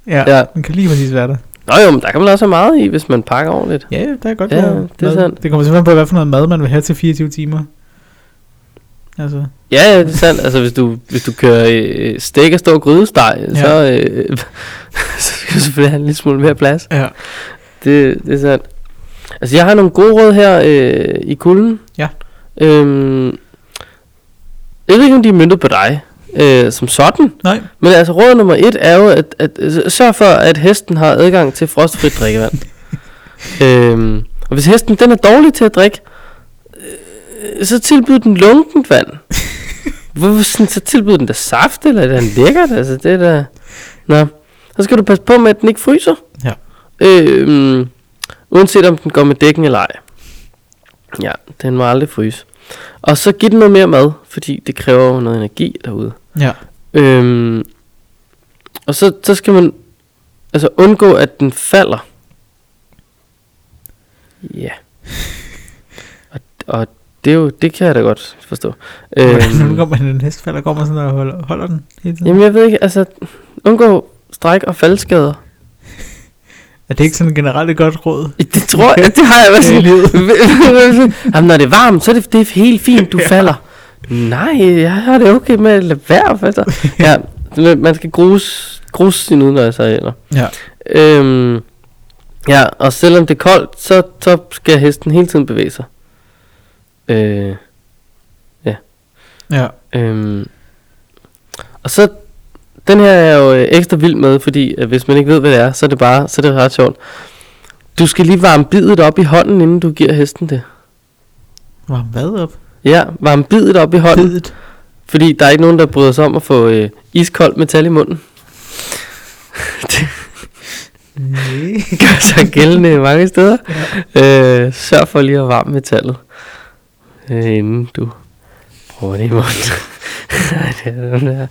B: Ja,
A: Ja.
B: ja. man kan lige præcis være der.
A: Nå jo, men der kan man også have meget i, hvis man pakker ordentligt.
B: Ja, ja, der er godt
A: Ja,
B: være
A: det er
B: mad.
A: sandt.
B: Det kommer simpelthen på, hvad for noget mad man vil have til 24 timer. Altså,
A: Ja, ja, det er sandt. Altså, hvis du, hvis du kører øh, stik og stor grydesteg, ja. så, øh, <laughs> så skal du selvfølgelig have en lille smule mere plads.
B: ja.
A: Det, det er sandt. Altså, jeg har nogle gode råd her øh, i kulden.
B: Ja.
A: Øhm, jeg ved ikke, om de er myndet på dig øh, som sådan.
B: Nej,
A: Men altså, råd nummer et er jo, at, at, at sørg for, at hesten har adgang til frostfrit
B: <laughs>
A: drikkevand. øhm, og hvis hesten den er dårlig til at drikke, øh, så tilbyd den lunkent vand. Hvorfor sådan, så tilbyder den da saft, eller er den lækkert? Altså, det er da... Nå. Så skal du passe på med, at den ikke fryser.
B: Ja.
A: Øhm, uanset om den går med dækken eller ej. Ja, den må aldrig fryse. Og så giv den noget mere mad, fordi det kræver jo noget energi derude.
B: Ja.
A: Øhm, og så, så skal man altså undgå, at den falder.
B: <laughs>
A: Ja. Og, og det, er jo, det kan jeg da godt forstå.
B: Øhm. <laughs> Nu kommer en hest falder, kommer sådan og holder, holder den hele tiden.
A: jamen jeg ved ikke, altså undgå stræk og faldskader.
B: Er det ikke sådan generelt et godt råd?
A: <laughs> Det tror jeg, det har jeg været <laughs> sådan Jamen, når det er varmt, så er det, det er helt fint, <laughs> du
B: Ja.
A: falder. Nej, jeg har det okay med at lade være. Altså. <laughs> Ja, men man skal gruse, gruse sine udenlandsarealer.
B: Ja.
A: Øhm, ja, og selvom det er koldt, så, så skal hesten hele tiden bevæge sig. Øh,
B: Ja.
A: øhm, og så, den her er jeg jo øh, ekstra vild med, fordi øh, hvis man ikke ved, hvad det er, så er det bare, så er det ret sjovt. Du skal lige varme bidet op i hånden, inden du giver hesten det.
B: Var hvad op?
A: Ja, varme bidet op i hånden,
B: Bidet.
A: fordi der er ikke nogen, der bryder sig om at få øh, iskoldt metal i munden.
B: Nej.
A: <laughs> Gør sig gældende mange steder. Ja. Øh, sørg for lige at varme metallet, øh, inden du prøver det i munden. <laughs> Ej, det er sådan her.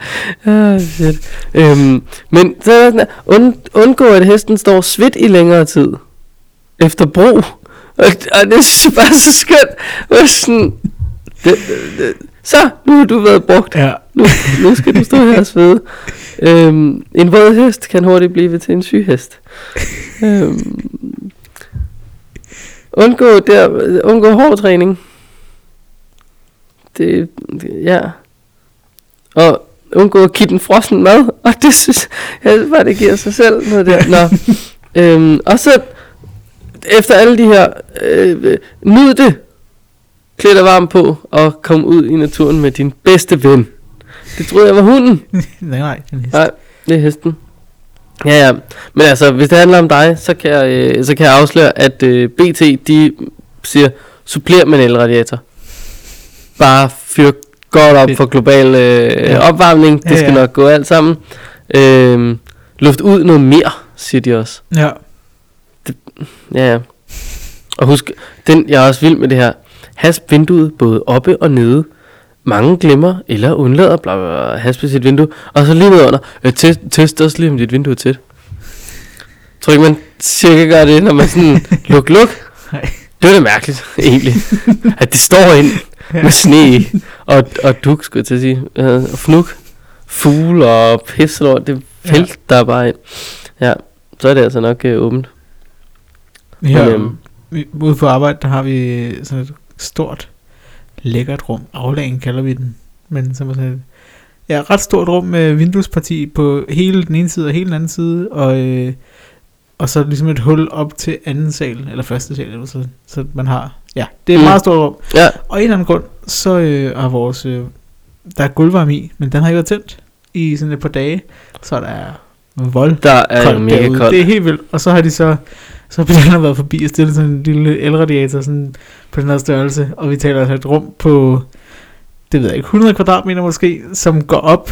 A: Ah, shit. Øhm, men så er der sådan her, und, undgå, at hesten står svedt i længere tid. Efter brug. Og, og det er s- bare så skønt. Og sådan, det, det, det. Så, nu har du været brugt
B: Ja.
A: nu, nu skal du stå her og svede. Øhm, en våd hest kan hurtigt blive til en syg hest. Øhm, undgå, der, undgå hård træning. Det, det, ja. Og undgå at give den frossen mad. Og det synes jeg bare, det giver sig selv noget der. Nå. Øhm, og så, efter alle de her, øh, øh, nyd det. Klæd dig varmt på, og kom ud i naturen med din bedste ven. Det troede jeg var hunden.
B: <laughs> nej, nej. Den hest.
A: Nej, det er hesten. Ja, ja. Men altså, hvis det handler om dig, så kan jeg, øh, så kan jeg afsløre, at øh, BT, de siger, supplér med en elradiator. Bare fyr godt op
B: Fedt.
A: for global øh,
B: Ja.
A: ja. opvarmning. Det
B: Ja,
A: ja, skal
B: ja.
A: nok gå alt sammen. Øh, luft ud noget mere, siger de også.
B: Ja.
A: Ja, ja. Og husk, den, jeg er også vild med det her. Hasp vinduet både oppe og nede. Mange glemmer eller undlader bla bla, bla, at haspe sit vindue. Og så lige ned under. Øh, test, test også lige, om dit vindue er tæt. Tror ikke, man cirka gør det, når man sådan,
B: <laughs>
A: luk, luk.
B: Nej.
A: Det er da mærkeligt, <laughs> egentlig. At det står ind med sne i. Og, og duk, skulle jeg til at sige. Øh, og fnuk. Fugl og pisselort. Det
B: Ja.
A: vælter ja. bare ind. Ja, så er det altså nok øh, åbent.
B: Ja,
A: Men, øhm,
B: vi- ude på arbejde, der har vi øh, sådan et stort, lækkert rum. Aflagen kalder vi den. Men som er sådan et, ja, ret stort rum med vinduesparti på hele den ene side og hele den anden side. Og, øh, og så ligesom et hul op til anden sal, eller første sal, eller sådan. Så man har, ja, det er et
A: Mm.
B: meget stort rum.
A: Ja,
B: Og af en eller anden grund, så øh, har vores... Øh, der er gulvvarme i, men den har ikke været tændt i sådan et par dage. Så er der er vold
A: der er jo
B: koldt
A: mega
B: derude.
A: koldt.
B: Det er helt vildt. Og så har de så... Så har Bjarne været forbi og stillet sådan en lille elradiator sådan på den her størrelse. Og vi taler altså et rum på... Det ved jeg ikke, 100 kvadratmeter måske, som går op.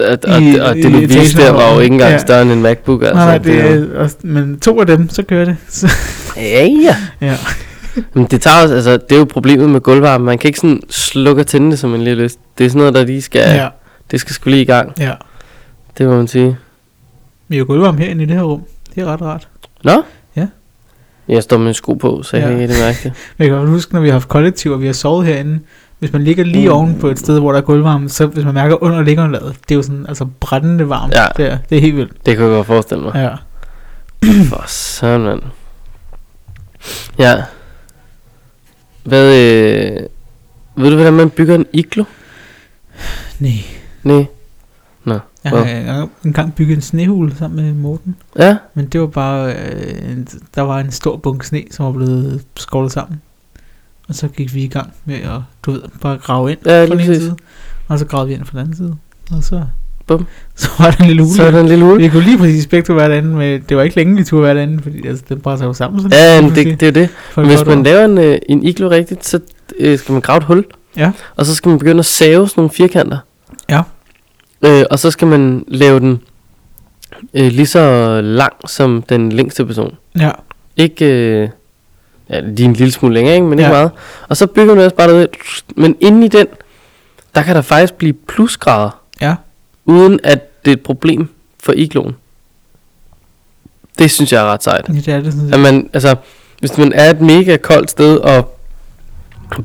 A: Og, og,
B: i-
A: og
B: i
A: det Louise
B: etagen
A: der var jo
B: over.
A: ikke engang
B: Ja.
A: ja. større end en MacBook. Altså.
B: Altså, nej, nej, det,
A: er-
B: er, også, men to af dem, så kører det. Så,
A: Ja, ja.
B: ja.
A: <laughs> Men det tager også, altså, det er jo problemet med gulvvarme. Man kan ikke sådan slukke og tænde det som en lille lyst. Det er sådan noget, der lige skal, ja.
B: <laughs> ja,
A: det skal skulle lige i gang.
B: ja.
A: Det må man sige.
B: Vi har gulvvarme herinde i det her rum. Det er ret rart.
A: Nå?
B: Ja.
A: Jeg står med en sko på, så jeg
B: Ja.
A: ja. kan ikke mærke
B: <laughs>
A: det.
B: Jeg kan godt huske, når vi har haft kollektiv, og vi har sovet herinde, hvis man ligger lige
A: Mm.
B: oven på et sted, hvor der er gulvvarme, så hvis man mærker under liggerunderlaget, det er jo sådan altså brændende varmt.
A: Ja.
B: Det, er, det er helt vildt.
A: Det kunne jeg godt forestille mig.
B: Ja.
A: For sådan, mand. Ja. Hvad, øh, ved du, hvordan man bygger en iglo?
B: Nej.
A: Nej.
B: Jeg
A: Hvad?
B: har engang- engang bygget en snehul sammen med Morten,
A: Ja?
B: men det var bare, øh, en, der var en stor bunke sne, som var blevet skovlet sammen. Og så gik vi i gang med at, du ved, bare grave ind
A: Ja,
B: på den
A: lige
B: ene
A: præcis.
B: side, og så gravede vi ind fra den anden side, og så,
A: Bum.
B: <laughs> så var der en lille hule.
A: Så er der en lille hul.
B: Vi kunne lige præcis begge to være derinde, men det var ikke længe, vi turde være derinde, fordi altså, den brænder sig jo sammen. Sådan,
A: Ja, men
B: kan man sige.
A: det, det er jo det.
B: For et
A: Hvis
B: godt
A: man
B: år.
A: laver en, øh, en iglo rigtigt, så øh, skal man grave et hul.
B: Ja.
A: Og så skal man begynde at save sådan nogle firkanter.
B: Ja.
A: Øh, og så skal man lave den øh, lige så lang som den længste person.
B: Ja,
A: Ikke, øh, ja, lige en lille smule længere, ikke? men ikke
B: Ja.
A: meget. Og så bygger man også bare noget, men inde i den, der kan der faktisk blive plusgrader,
B: Ja.
A: uden at det er et problem for igloen. Det synes jeg er ret sejt.
B: Ja, det er det sådan
A: At man, altså, hvis man er et mega koldt sted, og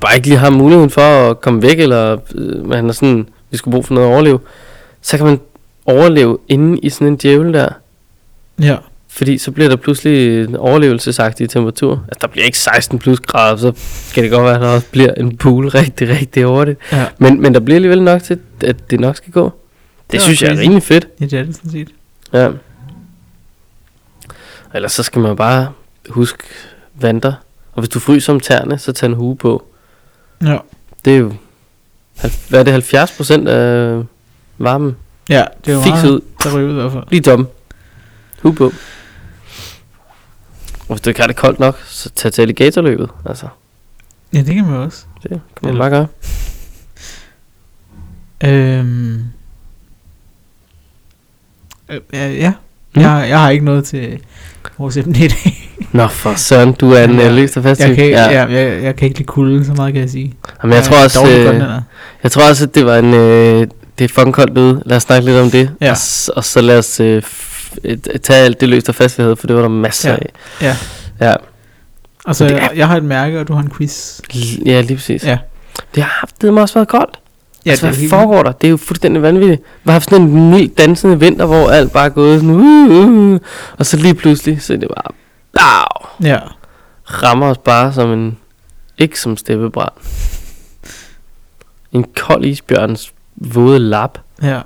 A: bare ikke lige har muligheden for at komme væk, eller øh, man er sådan, vi skulle bruge for noget at overleve, så kan man overleve inde i sådan en djævel der.
B: Ja.
A: Fordi så bliver der pludselig en overlevelsesagtig temperatur. Altså, der bliver ikke 16 plus grader, så skal det godt være, at der også bliver en pool rigtig, rigtig hurtigt.
B: Ja.
A: Men, men der bliver alligevel nok til, at det nok skal gå. Det,
B: Det
A: det
B: var
A: synes jeg er
B: crazy.
A: rimelig fedt.
B: ja, det er det sådan set.
A: Ja. Ellers så skal man bare huske vanter. Og hvis du fryser om tæerne, så tag en hue på.
B: Ja.
A: Det er jo... hal- Hvad er det? 70 procent af varmen?
B: Ja, det er jo
A: Fix
B: meget,
A: ud.
B: der ryger ud i hvert fald.
A: Lige dumme. Hue på. Og hvis du ikke har det koldt nok, så tag til alligatorløbet. Altså,
B: Ja, det kan man også.
A: det kan man bare gøre.
B: Øhm. Øh, ja, ja.
A: Mm.
B: Jeg, jeg har ikke noget til vores emne i dag.
A: Nå for søren, du er en øh, løs og fast
B: Jeg
A: type.
B: kan, ja.
A: ja.
B: jeg, jeg, jeg kan ikke lide kulden, så meget kan jeg sige.
A: Jamen, jeg,
B: er
A: tror
B: en
A: også,
B: dårlig
A: øh,
B: grønlænder.
A: jeg tror også, at det var en... Øh, det er fucking koldt ude. Lad os snakke lidt om det.
B: Ja.
A: Og, s- og så lad os øh, f- øh, tage alt det løst og fast, vi havde, for det var der masser
B: Ja.
A: af.
B: Ja.
A: Ja.
B: Altså,
A: det er- Altså,
B: jeg, jeg har et mærke, og du har en quiz.
A: L- ja, lige præcis.
B: Ja.
A: Det har haft det også været koldt. Ja, altså,
B: det er
A: hvad
B: helt-
A: foregår der? Det er jo fuldstændig vanvittigt. Vi har haft sådan en mild dansende vinter, hvor alt bare er gået sådan, uh, uh, uh, og så lige pludselig, så er det bare, bow,
B: Ja,
A: rammer os bare som en, ikke som steppebrand. En kold isbjørns våde lap.
B: ja.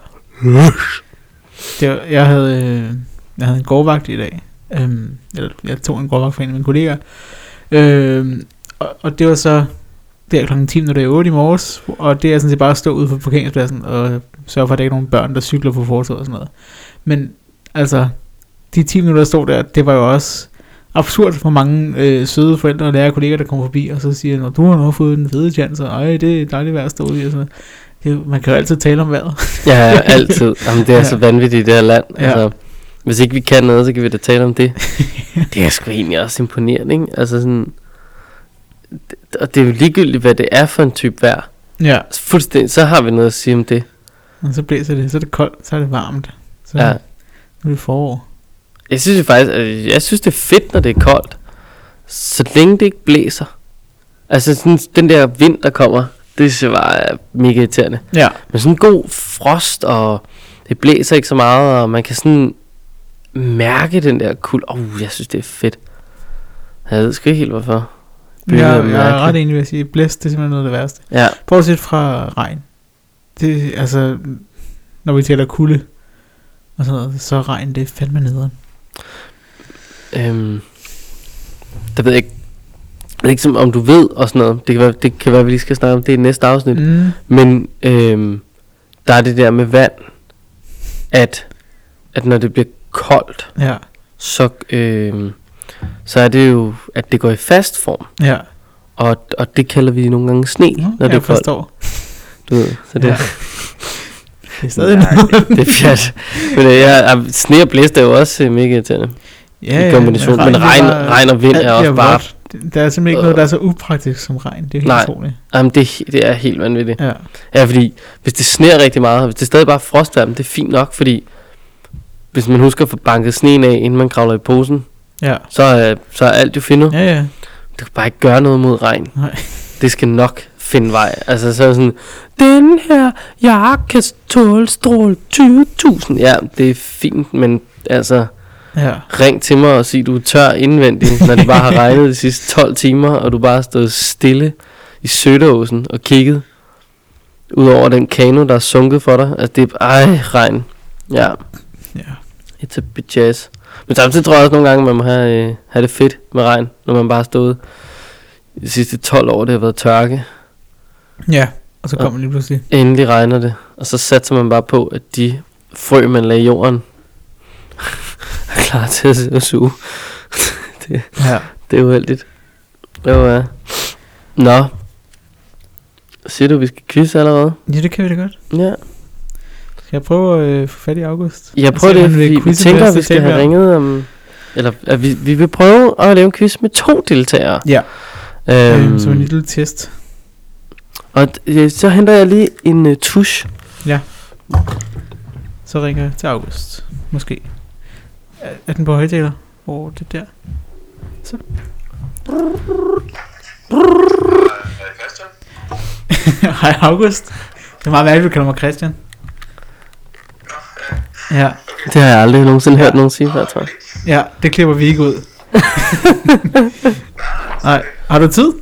B: Det var, jeg, havde, øh, jeg havde en gårdvagt i dag. Øhm, eller, jeg tog en gårdvagt for en af mine kollegaer. Øhm, og, og det var så der kl. 10 minutter i 8 i morges, og det er sådan set bare at stå ude på parkeringspladsen og sørge for, at der ikke er nogen børn, der cykler på fortovet og sådan noget. Men altså, de 10 minutter, der stod der, det var jo også absurd for mange øh, søde forældre og lærer kolleger, der kommer forbi, og så siger, når du har nu fået en fede chance, og ej, det er dejligt vejr at stå ude i, og sådan noget. Det, er jo- man kan jo altid tale om vejret.
A: Ja, <laughs> ja, altid. Jamen, det er
B: Ja.
A: ja. så vanvittigt, i det her land.
B: Ja.
A: Ja. Altså, hvis ikke vi kan noget, så kan vi da tale om <laughs> det. det er sgu egentlig også imponerende, ikke? Altså sådan... d- Og det er jo ligegyldigt, hvad det er for en type vejr.
B: ja,
A: Altså, Fuldstændig, så har vi noget at sige om det.
B: og så blæser det, så er det koldt, så er det varmt. Så
A: Ja.
B: ja. nu er det forår.
A: Jeg synes jo faktisk, øh, jeg synes det er fedt, når det er koldt. Så længe det ikke blæser. Altså sådan, den der vind, der kommer, det synes jeg bare er mega irriterende.
B: Ja,
A: Men sådan en god frost, og det blæser ikke så meget, og man kan sådan mærke den der kul. Åh, oh, jeg synes, det er fedt. Jeg ved sgu ikke helt, hvorfor.
B: jeg,
A: Det er
B: jeg er
A: mærkeligt.
B: ret enig ved at sige, blæst, det er simpelthen noget af det værste.
A: Ja,
B: Bortset fra regn. Det, altså, når vi taler kulde og sådan noget, så er regn, det er fandme nederen.
A: øhm, der ved jeg ikke, jeg ved ikke som- om du ved og sådan noget. Det kan være, det kan være vi lige skal snakke om det i næste afsnit. Mm.
B: Mm.
A: Men øhm, der er det der med vand, at, at når det bliver koldt,
B: Ja,
A: så, øhm, så er det jo, at det går i fast form.
B: ja.
A: Og, og det kalder vi nogle gange sne,
B: Nå,
A: når det er
B: jeg
A: koldt.
B: forstår.
A: Du ved, så det,
B: Ja.
A: ja.
B: Det er stadig
A: Nej,
B: noget.
A: det er
B: <laughs>
A: fjert. Men øh, ja, ah, sne og blæst er jo også øh, mega irriterende ja, i kombination. Men
B: det er
A: regn,
B: bare-
A: regn og vind
B: alt
A: er også
B: bliver
A: bare...
B: vådt. Det- Der er simpelthen ikke noget, der er så upraktisk som regn. Det er helt
A: Nej.
B: utroligt.
A: Jamen, det, er he- det er helt vanvittigt.
B: Ja.
A: Ja, fordi hvis det sneer rigtig meget, og hvis det stadig bare er frostværm, det er fint nok, fordi hvis man husker at få banket sneen af, inden man kravler i posen,
B: Ja.
A: så, øh, så er alt jo findet.
B: Ja, ja.
A: Du kan bare ikke gøre noget mod regn.
B: Nej.
A: Det skal nok finde vej. Altså så er det sådan, den her jakke kan tåle strål 20.000. Ja, det er fint, men altså,
B: Ja.
A: ring til mig og sig, du er tør indvendigt, når det bare har regnet de sidste 12 timer, og du bare har stået stille i Sødeåsen og kigget ud over den kano, der er sunket for dig. Altså, det er, ej, regn. Ja,
B: ja.
A: it's a bitch ass. Men samtidig tror jeg også nogle gange, man må have, øh, have det fedt med regn, når man bare har stået de sidste 12 år, det har været tørke.
B: Ja. Og så kommer lige pludselig.
A: Endelig regner det, og så satser man bare på, at de frø, man lagde i jorden, <laughs> er klar til at, at suge.
B: Ja.
A: Det er uheldigt. Jo, ja. Nå. Siger du, vi skal quizze allerede?
B: Ja, det kan vi da godt.
A: Ja.
B: Skal jeg prøve at øh, få fat i August?
A: Jeg
B: Og
A: prøver
B: se, om
A: det,
B: han vil
A: fordi vi
B: quizze
A: tænker,
B: med
A: at
B: os
A: vi
B: til
A: skal have
B: temaer?
A: ringet om... Eller at vi, vi vil prøve at lave en quiz med to deltagere.
B: Ja.
A: Øhm,
B: Øhm, som en lille test.
A: Og øh, så henter jeg lige en uh, tusch.
B: Så ringer jeg til August. Måske. Er, er den på højtaler? Hvor er det der? Så. <laughs> Hej August. Det er meget værdigt, du kalder mig Christian. Ja,
A: Det har jeg aldrig nogensinde hørt nogen sige før, tror jeg.
B: ja, det klipper vi ikke ud. Nej, har du tid?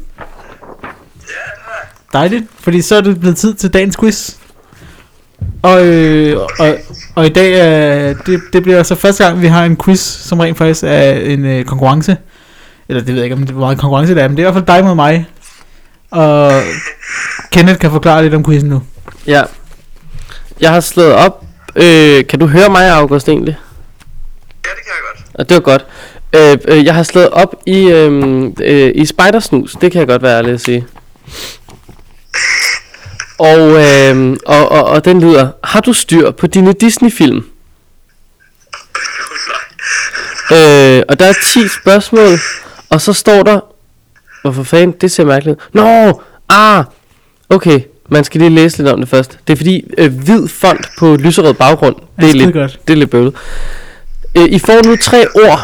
B: Dejligt, fordi så er det blevet tid til dagens quiz. Og, øh, og, og i dag, øh, det, det bliver så første gang, vi har en quiz, som rent faktisk er en øh, konkurrence. Eller det ved jeg ikke, om det, hvor meget konkurrence det er, men det er i hvert fald dig mod mig. Og Kenneth kan forklare lidt om quizzen nu.
A: Ja. Jeg har slået op. Øh, kan du høre mig, August, egentlig?
D: Ja, det kan jeg godt.
A: Og det var godt. Øh, øh, jeg har slået op i, øh, øh, i spidersnus. Det kan jeg godt være ærlig at sige. Og, øh, og, og, og den lyder, har du styr på dine Disney-film?
D: Nej.
A: Øh, og der er 10 spørgsmål, og så står der... Hvorfor fanden? Det ser mærkeligt ud. Nå! Ah! Okay, man skal lige læse lidt om det først. Det er fordi øh, hvid font på lyserød baggrund, det er,
B: skide
A: lidt,
B: godt.
A: det er lidt bøvlet. Øh, I får nu tre ord.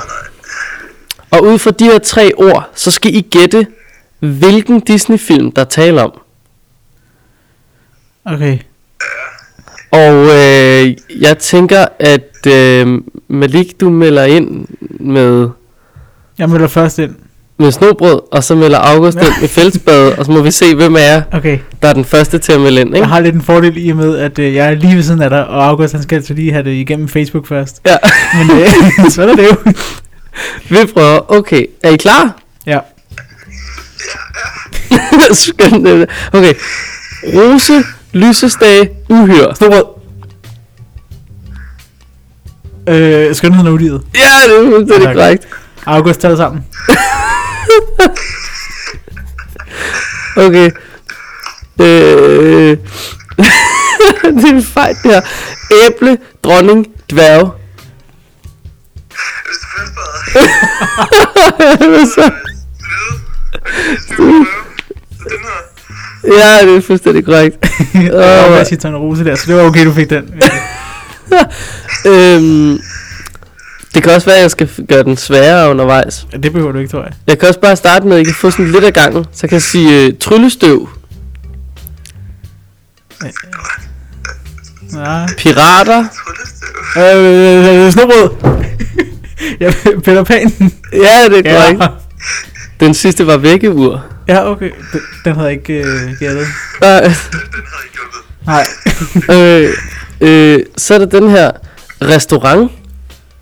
A: Og ud fra de her tre ord, så skal I gætte, hvilken Disney-film, der taler om.
B: Okay.
A: Og øh, jeg tænker, at øh, Malik, du melder ind med
B: Jeg møder først ind.
A: med snobrød, og så melder August ind med fællesbad, og så må vi se, hvem er,
B: Okay.
A: der er den første til at melde ind, ikke?
B: Jeg har lidt en fordel i og med, at øh, jeg er lige ved siden af dig, og August han skal altså lige have det igennem Facebook først.
A: Ja,
B: Men øh, <laughs> sådan er det jo.
A: <laughs> vi prøver. Okay, er I klar? <laughs>
B: Ja.
A: Skønt. øh, Okay. Rose, lysestage, uhyr. Snobrød.
B: Øh, skønheden er ulivet.
A: Ja, det er fuldstændig
B: Tak.
A: korrekt.
B: August tager det <laughs> sammen.
A: Okay. Øh... <laughs> det er en fejl, det her. Æble, dronning, dværg.
D: Hvis du først bader,
A: Så-
D: vide, at det er syv prøve. Så den her.
A: ja, det er fuldstændig korrekt.
B: og August siger Tone Rose der, så det var okay, du fik den.
A: Øhm, det kan også være, at jeg skal f- gøre den sværere undervejs.
B: Ja, det behøver du ikke, tror jeg.
A: Jeg kan også bare starte med, at I kan få sådan lidt af gangen. Så kan jeg sige øh, tryllestøv,
B: Nej.
A: pirater.
D: Tryllestøv.
B: Øh, snobrød. <laughs> ja, Peter <laughs> Pan.
A: Ja, det er
B: ja.
A: korrekt. Den sidste var vækkeur.
B: ja, okay. Den, den havde jeg ikke øh, gættet.
A: Øh,
D: Den havde ikke hjulpet.
B: Nej.
A: øh, øh, så er der den her restaurant.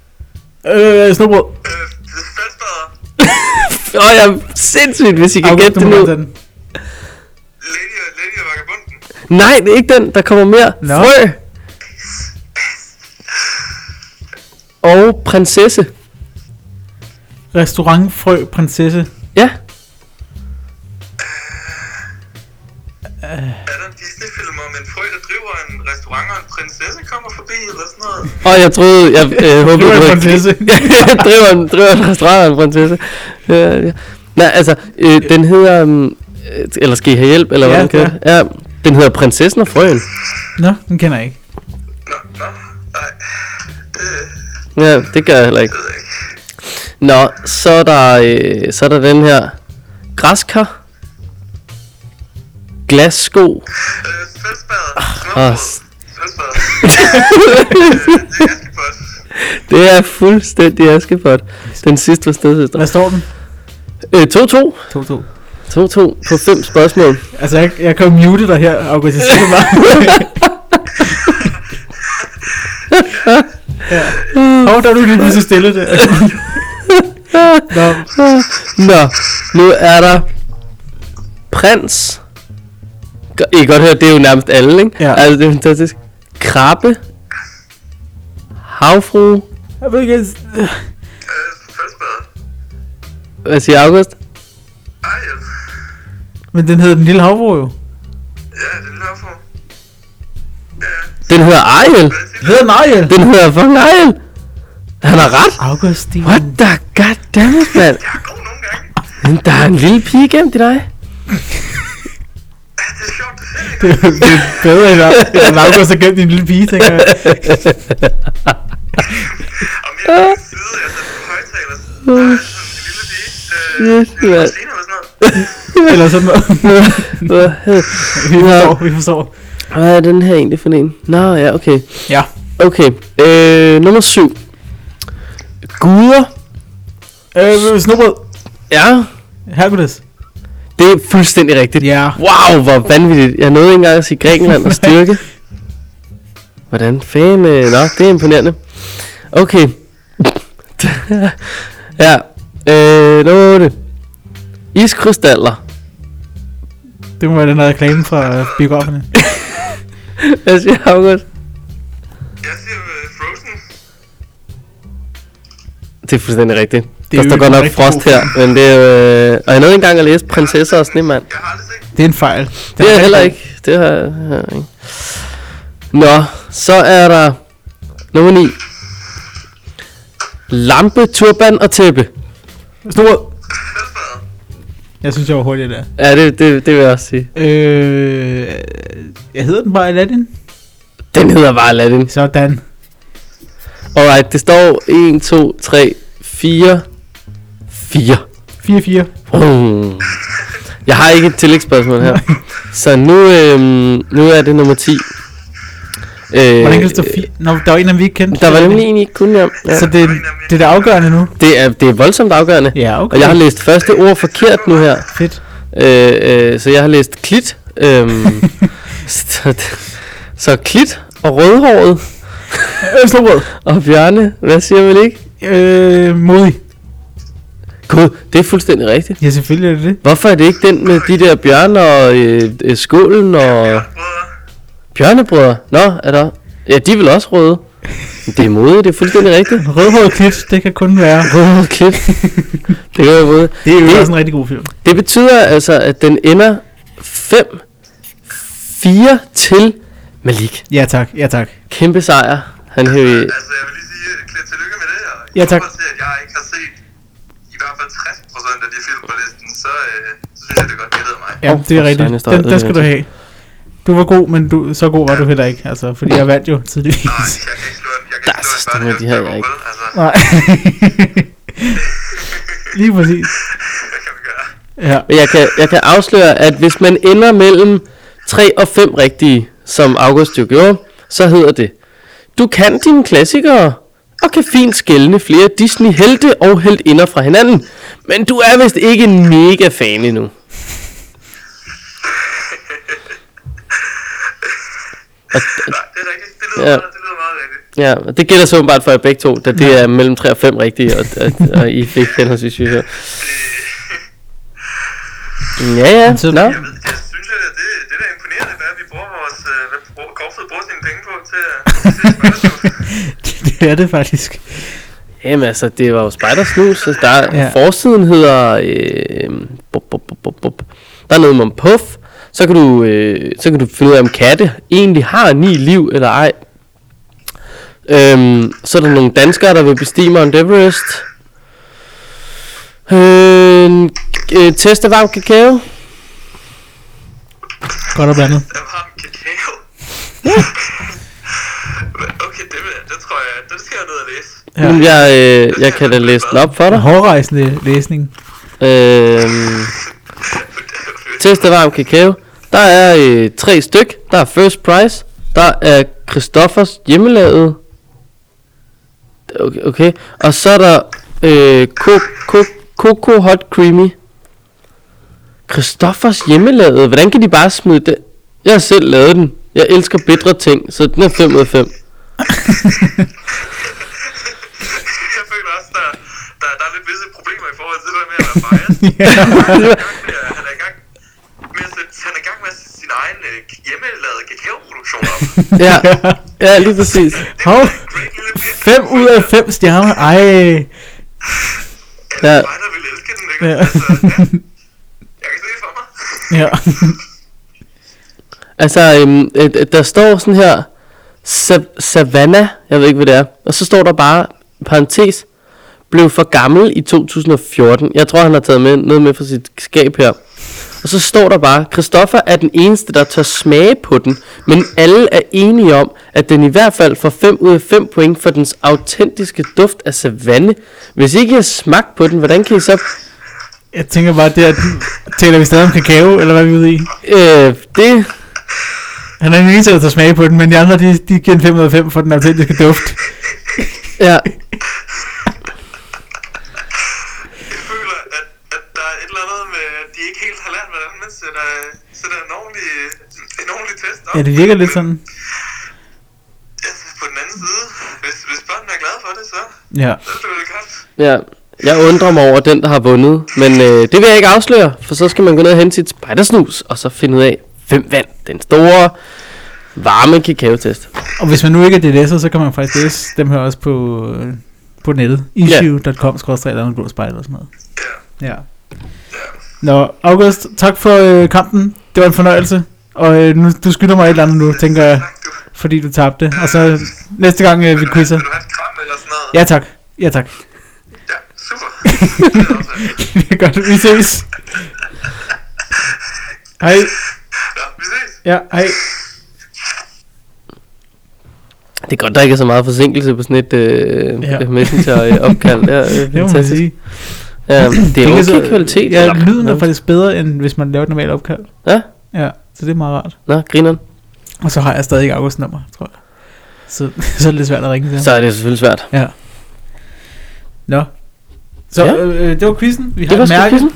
B: <laughs> øh, snobrød.
D: Øh, hvis du først bader,
A: Åh, oh, jeg er sindssygt, hvis I kan gætte
B: du
A: det
B: må
A: nu.
B: tage den.
D: Lady og Lady og Vagabunden.
A: Nej, det er ikke den. Der kommer mere.
B: Nå.
A: Frø. Og prinsesse.
B: Restaurant Frø Prinsesse.
A: Ja,
D: Er der en Disney-film om en frø, der driver en restaurant, og en prinsesse kommer forbi, eller sådan noget?
A: og jeg troede, jeg øh, håbede,
B: Frø
A: havde- <laughs>
B: Prinsesse. <laughs>
A: driver, en, driver en restaurant og en prinsesse. Ja, ja. Nej, altså, øh, den hedder... Um, eller skal I have hjælp, eller
B: Ja,
A: hvordan kan
B: ja.
A: det? Ja, den hedder Prinsessen og Frøen.
B: Nå, den kender jeg ikke.
D: Nå, nå, nej. Det
A: Ja, det gør jeg heller ikke.
D: ved jeg ikke.
A: Nå, så er der, øh, så er der den her græskar. Glassko. <laughs>
D: Øh, først bader,
A: Ah,
D: snobrød.
A: s-
D: Først
A: <laughs>
D: bader. Øh, det er
A: Det
D: Askepot.
A: er fuldstændig Askepot. Den sidste var stedsøster.
B: Hvad står den?
A: Øh, 2-2.
B: 2-2.
A: 2-2 på fem spørgsmål.
B: Altså, jeg, jeg kan jo mute dig her, August. Jeg siger det bare. <laughs> ja. Hov, der er du lige pludselig stille der. Nå,
A: Nå, nu er der prins. Go- I kan godt høre, det er jo nærmest alle, ikke?
B: Ja.
A: Altså, det er fantastisk. Krabbe. Havfru.
B: jeg ved ikke, øh,
D: Øh, først bader.
A: Hvad siger August?
D: Ej, ja.
B: men den hedder Den Lille Havbro jo.
D: Ja, det er derfor. Ja,
A: Den hedder Ariel.
D: hvad siger du?
B: Hedder den Ariel?
A: Den hedder fucking Ariel. Han har ret.
B: August, det
A: What the God damn it, mand.
D: Jeg er god nogle gange.
A: Men Der er en lille pige gennem i dig.
D: Ja, det er sjovt, du selv ikke
B: det
D: har-
B: er bedre, end at, end at Lauke så gemt i en lille pige, tænker jeg.
D: Om jeg er på side, jeg satte på højtaler, så der er sådan en lille
A: Yes,
D: pige. Øh, yes, en
A: mand.
D: eller sådan noget.
B: Eller sådan noget.
A: Hvad hed-
B: Vi forstår,
A: Nå,
B: vi forstår.
A: Hvad er den her egentlig for en? Nå, ja, okay.
B: Ja.
A: Okay, øh, nummer syv. Guder.
B: Øh, snobrød.
A: Ja,
B: Hercules.
A: det er fuldstændig rigtigt.
B: Ja.
A: Wow, hvor vanvittigt. Jeg nåede ikke engang at sige Grækenland og styrke. Hvordan fanden? øh, Nå, det er imponerende. Okay. <laughs> ja. Øh, nummer 8. Iskrystaller.
B: Det må være den der reklame fra øh, biograferne.
A: Hvad siger August?
D: Jeg siger øh, Frozen.
A: Det er fuldstændig rigtigt.
B: Det
A: Det
B: er
A: der
B: jo
A: står
B: ikke
A: godt
B: en
A: nok
B: rigtig
A: frost
B: god
A: her, men det er øh, Og jeg nåede ikke engang at læse Prinsesser og Snemand.
D: Jeg har aldrig set.
B: Det er en fejl.
A: Det er jeg heller ikke. Det har jeg har jeg ikke. Nå, så er der nummer 9. Lampe, turban og tæppe.
B: Snobrød.
D: Selvfadet.
B: Jeg synes, jeg var hurtigere der.
A: Ja, det, det, det vil jeg også sige.
B: Øh, jeg hedder den bare Aladdin.
A: Den hedder bare Aladdin.
B: Sådan.
A: Alright, det står 1, 2, 3, 4, 4.
B: 4-4.
A: Mm. Jeg har ikke et tillægsspørgsmål her. Så nu, øhm, nu er det nummer 10. Øh,
B: Hvordan kan det stå 4? Øh, Nå, der var en af dem, vi ikke kendte.
A: Der var nemlig en, I ikke kunne om. Ja.
B: Så det, det er det afgørende nu.
A: Det, er, det er voldsomt afgørende.
B: Ja, okay.
A: Og jeg har læst første ord forkert nu her.
B: Fedt.
A: Øh, øh, så jeg har læst klit.
B: <laughs>
A: Øhm, så, så klit og rødhåret
B: Øh, snobrød.
A: <laughs> og bjørne. Hvad siger man ikke?
B: Øh, modig.
A: Gud, det er fuldstændig rigtigt.
B: Ja, selvfølgelig er det det.
A: Hvorfor er det ikke den med de der bjørne og øh, øh, skålen og
D: Brødre.
A: bjørnebrødre? Nå, er der... Ja, de er vel også røde. Men Det er modigt, det er fuldstændig rigtigt.
B: Rødhåret klit, det kan kun være.
A: Røde
B: <laughs>
A: klit. Det kan være modigt.
B: Det er jo
A: Det-
B: også en rigtig god film.
A: Det betyder altså, at den ender 5-4 til Malik.
B: Ja tak, ja tak.
A: Kæmpe sejr. Han hæver
D: Altså, jeg vil lige sige, klæd tillykke med det. Og
B: Ja, tak.
D: I forhold til, at jeg ikke har set i hvert fald 60% af de film på listen, så, øh, så synes jeg, det er godt gættede mig.
B: Ja,
A: Åh,
B: det er
A: for
B: rigtigt.
A: søren, jeg står
B: Den, den
A: ødelagt.
B: skal du have. Du var god, men du, så god var du heller ikke, altså, fordi jeg vandt jo
D: Nej,
B: tidligvis.
D: jeg kan ikke slå en, jeg kan
A: Der
D: ikke
A: er så
D: slå en
A: store,
D: børnehjælp,
A: de her, jeg
D: der går
A: ikke-
D: på, Altså,
B: <laughs> Nej. Lige præcis.
D: <laughs> hvad kan vi gøre?
B: Ja.
A: Men jeg kan, jeg kan afsløre, at hvis man ender mellem 3 og 5 rigtige, som August jo gjorde, så hedder det, du kan dine klassikere, og kan fint skælne flere Disney-helte og heltinder fra hinanden, men du er vist ikke en mega fan endnu.
D: Nej, det er rigtigt. Det lyder,
A: Ja.
D: meget, det lyder meget rigtigt.
A: Ja, og det gælder så åbenbart for jer begge to, da det er mellem 3 og 5 rigtige, og, og, og I fik henholdsvis jo. Ja, ja,
B: Så-
A: nå.
D: Jeg ved, jeg synes, at det, det der er da imponerende, hvad vi bruger vores, øh, hvad bruger, Korsfed bruger sine penge på til at til at
B: <laughs>
D: spørge.
A: <laughs>
B: det er det faktisk.
A: Jamen altså, det var jo Spider-Snus, så der,
B: Ja.
A: ja. forsiden hedder, øh, bup, bup, bup, bup, bup. der er noget med om puff, så kan, du, øh, så kan du finde ud af, om katte egentlig har ni liv eller ej. Øhm, så er der nogle danskere, der vil bestige Mount Everest. Øh, øh, test af varm kakao.
B: Godt og blandet.
D: Der var
B: <laughs>
D: en kakao. Men Okay, det, vil, det tror jeg, det skal jeg ned og læse.
B: Ja.
A: Ja. Men jeg, øh, jeg kan da læse den op for dig.
B: Hårrejsende læsning.
A: Øhm, test af varm kakao. Der er øh, tre styk. Der er first prize. Der er Christoffers hjemmelavet. Okay, okay. Og så er der øh, ko, ko, Coco Hot Creamy. Christoffers hjemmelavet. Hvordan kan de bare smide det? Jeg har selv lavet den. Jeg elsker bedre ting, så den er 5 ud af 5.
D: Jeg føler også, der, der, der er lidt visse problemer i forhold til det der med at være
B: <laughs>
D: biased. Han er i gang med at- han er i gang med at sætte- han er i gang med at sætte sin egen øh, hjemmelavede kakaoproduktion
B: <laughs>
D: op.
A: Ja, ja lige præcis.
B: Hov,
D: Great lille pit.
B: 5 ud af 5 stjerner. Ej,
A: Ja.
D: Ja. Mig, der ville elske den, ikke?
B: Ja.
D: Altså, ja. Jeg kan se det for mig. <laughs>
B: ja.
A: Altså, øhm, øh, øh, der står sådan her, Sa- Savannah, jeg ved ikke, hvad det er, og så står der bare, parentes, blev for gammel i 2014. Jeg tror, han har taget med, noget med fra sit skab her. Og så står der bare, Christoffer er den eneste, der tør smage på den, men alle er enige om, at den i hvert fald får 5 ud af 5 point for dens autentiske duft af savanne. Hvis ikke I har smagt på den, hvordan kan I så...
B: Jeg tænker bare, det er, taler vi stadig om kakao, eller hvad er vi ude i?
A: Øh, det...
B: Han er den eneste, der tager smage på den, men de andre, de, de giver en 5 ud af 5 for den autentiske duft.
A: Ja,
D: Jeg føler, at, at der er et eller andet med, at de ikke helt har lært, hvordan man sætter, sætter en, ordentlig, en ordentlig test op.
B: Ja, det virker lidt sådan.
D: Altså, på den anden side, hvis, hvis børnene er glade for det, så,
B: Ja.
D: så er det vel godt.
A: ja. Jeg undrer mig over den, der har vundet, men øh, det vil jeg ikke afsløre, for så skal man gå ned og hente sit spejdersnus, og så finde ud af, hvem vandt den store varme kakaotest.
B: Og hvis man nu ikke er DDS'er, så kan man faktisk læse dem her også på, øh, på nettet. issue.com skrådstræk eller grå spejl eller sådan noget.
D: Ja.
B: Ja. Nå, August, tak for øh, kampen. Det var en fornøjelse. Og øh, nu, du skylder mig et eller andet nu, tænker jeg,
D: Tak, du.
B: fordi du tabte. Og så øh, næste gang øh, vi
D: Vil du have-
B: quizzer.
D: Vil du have et kram eller sådan noget?
B: Ja tak. Ja tak. <laughs>
D: ja super. <laughs> Det er også-
B: det er godt. Vi ses. Hej.
D: Nå, vi ses.
B: Ja, hej.
A: Det er godt, der ikke er så meget forsinkelse på sådan et øh,
B: Ja.
A: ja. messenger-opkald. Ja,
B: <laughs>
A: øh,
B: Det må man
A: fantastisk.
B: sige.
A: Ja, det er
B: kan
A: okay
B: så-
A: kvalitet.
B: Ja,
A: eller-
B: lyden er faktisk bedre, end hvis man laver et normalt opkald.
A: Ja.
B: Ja, så det er meget rart.
A: Nå, grineren.
B: Og så har jeg stadig ikke Augusts nummer, tror jeg. Så, <laughs> så er det lidt svært at ringe til ham.
A: Så er det selvfølgelig svært.
B: Nå. Så
A: Ja.
B: ja. øh, det var quizzen. Vi har
A: Det var
B: et
A: sgu
B: mærke.
A: quizzen.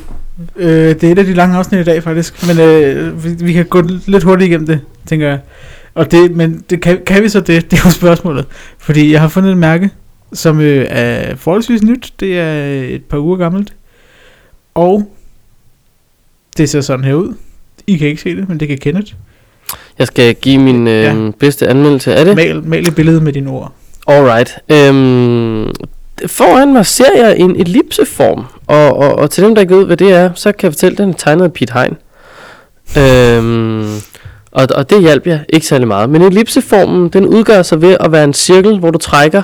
B: Øh, det er et af de lange afsnit i dag, faktisk. Men øh, vi, vi kan gå lidt hurtigt igennem det, tænker jeg. Og det, men det, kan, kan vi så det? <laughs> Det er jo spørgsmålet. Fordi jeg har fundet et mærke, som øh, er forholdsvis nyt. Det er øh, et par uger gammelt. Og det ser sådan her ud. I kan ikke se det, men det kan Kenneth.
A: Jeg skal give min øh,
B: Ja.
A: bedste anmeldelse af det.
B: Mal, mal et billede med dine ord.
A: Alright. Øhm, foran mig ser jeg en ellipseform, og, og, og til dem, der ikke ved, hvad det er, så kan jeg fortælle, at den er tegnet af Pete Hein. Øhm, og, og det hjalp jeg ikke særlig meget. Men ellipseformen, den udgør sig ved at være en cirkel, hvor du trækker,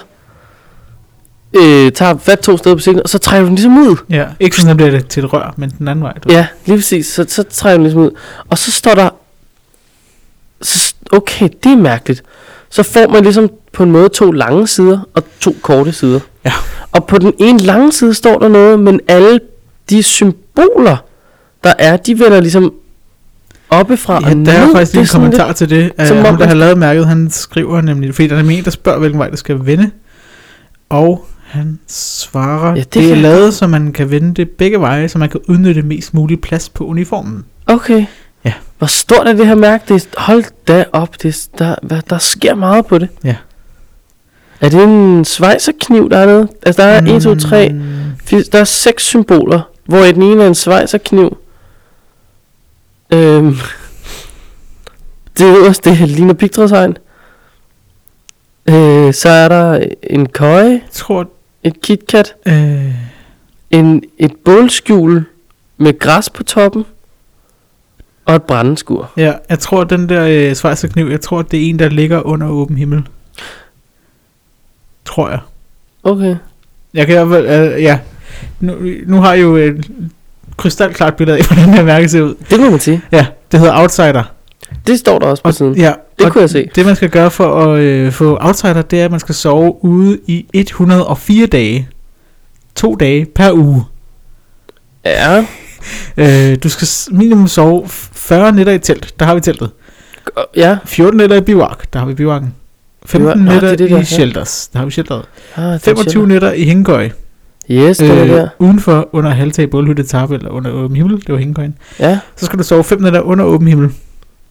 A: øh, tager fat to steder på cirklen, og så trækker du den ligesom ud.
B: Ja. Ikke sådan, at det bliver det til et rør, men den anden vej. Du.
A: Ja, lige præcis. Så, så træder den ligesom ud. Og så står der... Så, s- okay, det er mærkeligt. Så får man ligesom på en måde to lange sider og to korte sider.
B: Ja.
A: Og på den ene lange side står der noget, men alle de symboler, der er, de vender ligesom oppefra
B: Ja,
A: og
B: der er
A: ned.
B: faktisk
A: Det
B: lige
A: sådan
B: en kommentar til det. Uh,
A: som om,
B: ham, der
A: at-
B: har lavet mærket, han skriver nemlig, fordi der er nemlig en, der spørger, hvilken vej det skal vende. Og han svarer,
A: Ja,
B: ja,
A: det
B: det, det er
A: kan-
B: lavet, så man kan vende det begge veje, så man kan udnytte mest mulig plads på uniformen.
A: Lidt, okay.
B: Ja.
A: Hvor stort er det her mærke? Det er, hold da op, det er, der, hvad, der sker meget på det.
B: Ja.
A: Er det en svejserkniv dernede? Altså der er 1, 2, 3,
B: øh,
A: Fordi Der er seks symboler, hvor den ene er en svejserkniv. Øhm, <laughs> det øverste det ligner pigtrådshegn. Øh, så er der en køje,
B: Jeg tror,
A: et KitKat,
B: øh,
A: en, et bålskjul med græs på toppen og et brændeskur.
B: ja, jeg tror, den der øh, svejserkniv, jeg tror, det er en, der ligger under åben himmel. Tror jeg.
A: Okay.
B: Jeg kan i hvert fald, øh, ja. Nu, nu har jeg jo et krystalklart billede af, <laughs> hvordan det her mærke ser ud.
A: Det må man sige.
B: Ja, det hedder Outsider.
A: Det står der også på siden.
B: Ja,
A: Mm. Det
B: og
A: kunne jeg se.
B: Det man skal gøre for at øh, få outsider, det er, at man skal sove ude i 104 dage. To dage per uge.
A: Ja,
B: Øh, du skal s- minimum sove f- 40 nætter i telt. Der har vi teltet.
A: og- ja.
B: 14 nætter i bivark. Der har vi bivarken. 15
A: Bivark. Nå,
B: nætter
A: det er det, der
B: i
A: er.
B: shelters. Der har vi shelteret.
A: Ah, det er
B: 25
A: sjovt.
B: nætter i hængøj.
A: Yes, det øh.
B: Øh,
A: der.
B: udenfor under halvtag bålhytte tarp eller under åben himmel. Det var hængøjen.
A: Ja,
B: Så skal du sove 5 nætter under åben himmel.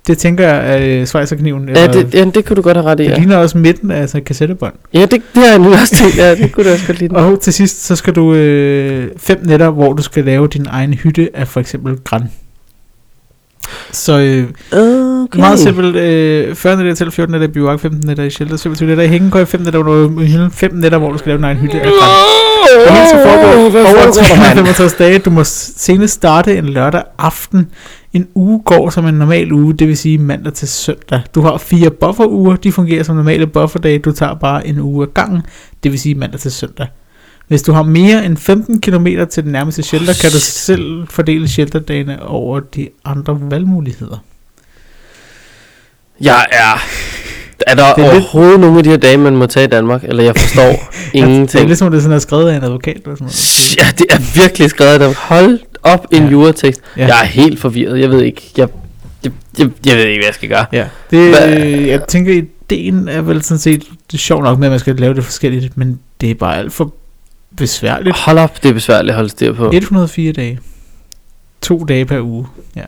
B: Det tænker jeg er øh, svejserkniven.
A: ja
B: eller-
A: det, ja, det kunne du godt have ret i.
B: det
A: Ja,
B: ligner også midten af sådan et kassettebånd.
A: ja det, det har jeg nu også tænkt. Ja, det kunne du også godt lide.
B: Og til sidst, så skal du øh, fem nætter, hvor du skal lave din egen hytte af for eksempel græn. Så øh,
A: Okay.
B: meget simpelt. Øh, 40 nætter til, 14 nætter i bivark, 15 nætter i shelter, 27 nætter i hængekøj, 5 nætter under hylden, 5 nætter, hvor du skal lave din egen hytte af græn. Det hele skal foregå over 365 dage. Du må senest starte en lørdag aften. En uge går som en normal uge, det vil sige mandag til søndag. Du har fire bufferuger, de fungerer som normale bufferdage. Du tager bare en uge af gangen, det vil sige mandag til søndag. Hvis du har mere end 15 km til den nærmeste shelter, kan du selv fordele shelterdagene over de andre valgmuligheder.
A: Jeg er... Er der
B: Det er lidt-
A: overhovedet nogle af de her dage, man må tage i Danmark? Eller jeg <laughs> forstår
B: Det er
A: ingenting.
B: ligesom, det er sådan er skrevet af en advokat. Eller sådan noget.
A: Ja, det er virkelig skrevet der. Hold op en
B: Ja.
A: ja. juratekst.
B: Ja.
A: Ja. Jeg er helt forvirret. Jeg ved ikke, jeg, jeg, jeg, jeg ved ikke, hvad jeg skal gøre.
B: Ja, det,
A: Hva-
B: jeg tænker, ideen er vel sådan set det er sjovt nok med, at man skal lave det forskelligt, men det er bare alt for besværligt.
A: Hold op, det er besværligt at holde styr på.
B: 104 dage. To dage per uge. Ja.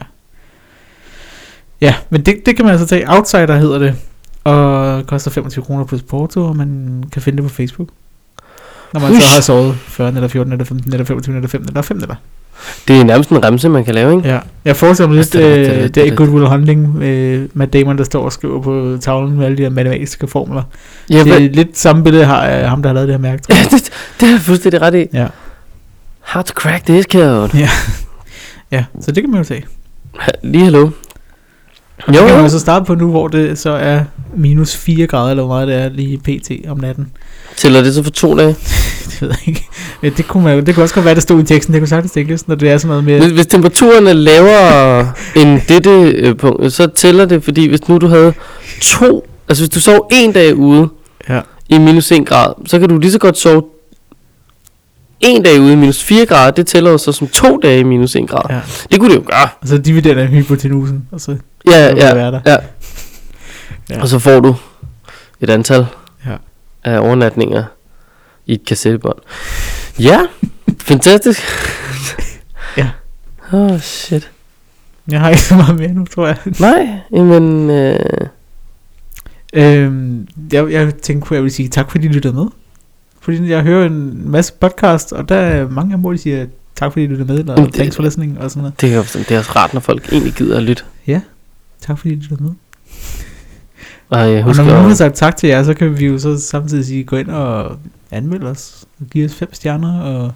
B: Ja, men det, det kan man altså tage. Outsider hedder det. Og koster 25 kroner plus porto, og man kan finde det på Facebook. Når man Ush. så
A: Ush.
B: har sovet 40 eller 14 eller 15 eller 25 eller 15 eller 5 eller.
A: Det er nærmest en remse, man kan lave, ikke?
B: Ja, jeg forestiller mig lidt,
A: Altså, det er lidt- det er
B: øh,
A: lidt-
B: der i
A: det er
B: Good Will Hunting, øh, med Damon, der står og skriver på tavlen med alle de her matematiske formler.
A: Ja,
B: Det
A: det,
B: er lidt samme billede har jeg, ham, der har lavet det her
A: <laughs>
B: mærke. tror jeg.
A: det, det er jeg fuldstændig ret i.
B: Ja.
A: Hard to crack this code.
B: Ja, så det kan man jo tage.
A: Lige hallo.
B: Jo,
A: Jo,
B: kan man jo
A: jo.
B: så starte på nu, hvor det så er minus 4 grader, eller hvor meget det er lige pt. om natten.
A: Tæller det så for to dage?
B: Det ved jeg ikke. Men det kunne, man, jo- det kunne også godt være, det stod i teksten. Det kunne sagtens tænkes, når det er sådan noget med...
A: Hvis, hvis temperaturen er lavere end dette øh, punkt, så tæller det, fordi hvis nu du havde to, altså hvis du sov en dag ude
B: Ja.
A: i minus 1 grad, så kan du lige så godt sove en dag ude i minus 4 grader, det tæller jo så som to dage i minus 1 grad.
B: Ja.
A: Det kunne det jo gøre.
B: Og så dividerer den hypotenusen, og så
A: Ja,
B: kan det
A: ja,
B: være der.
A: ja.
B: Ja.
A: ja. Og så får du et antal
B: Ja.
A: af overnatninger i et kassettebånd. Ja, fantastisk.
B: Ja.
A: Åh, oh, shit.
B: Jeg har ikke så meget mere nu, tror jeg.
A: Nej, men øh,
B: Øhm, jeg, jeg tænkte, at jeg ville sige tak, fordi I lyttede med. Fordi jeg hører en masse podcast, og der er mange af dem, hvor de siger tak, fordi I lyttede med, eller
A: Jamen, det-
B: thanks for listening, og sådan noget.
A: det, er, jo- det er også rart, når folk egentlig gider at lytte.
B: Tak, fordi I lyttede med.
A: Og jeg
B: Og
A: husker,
B: når vi nu har
A: og
B: sagt tak til jer, så kan vi jo så samtidig sige, gå ind og anmeld os, og give os fem stjerner, og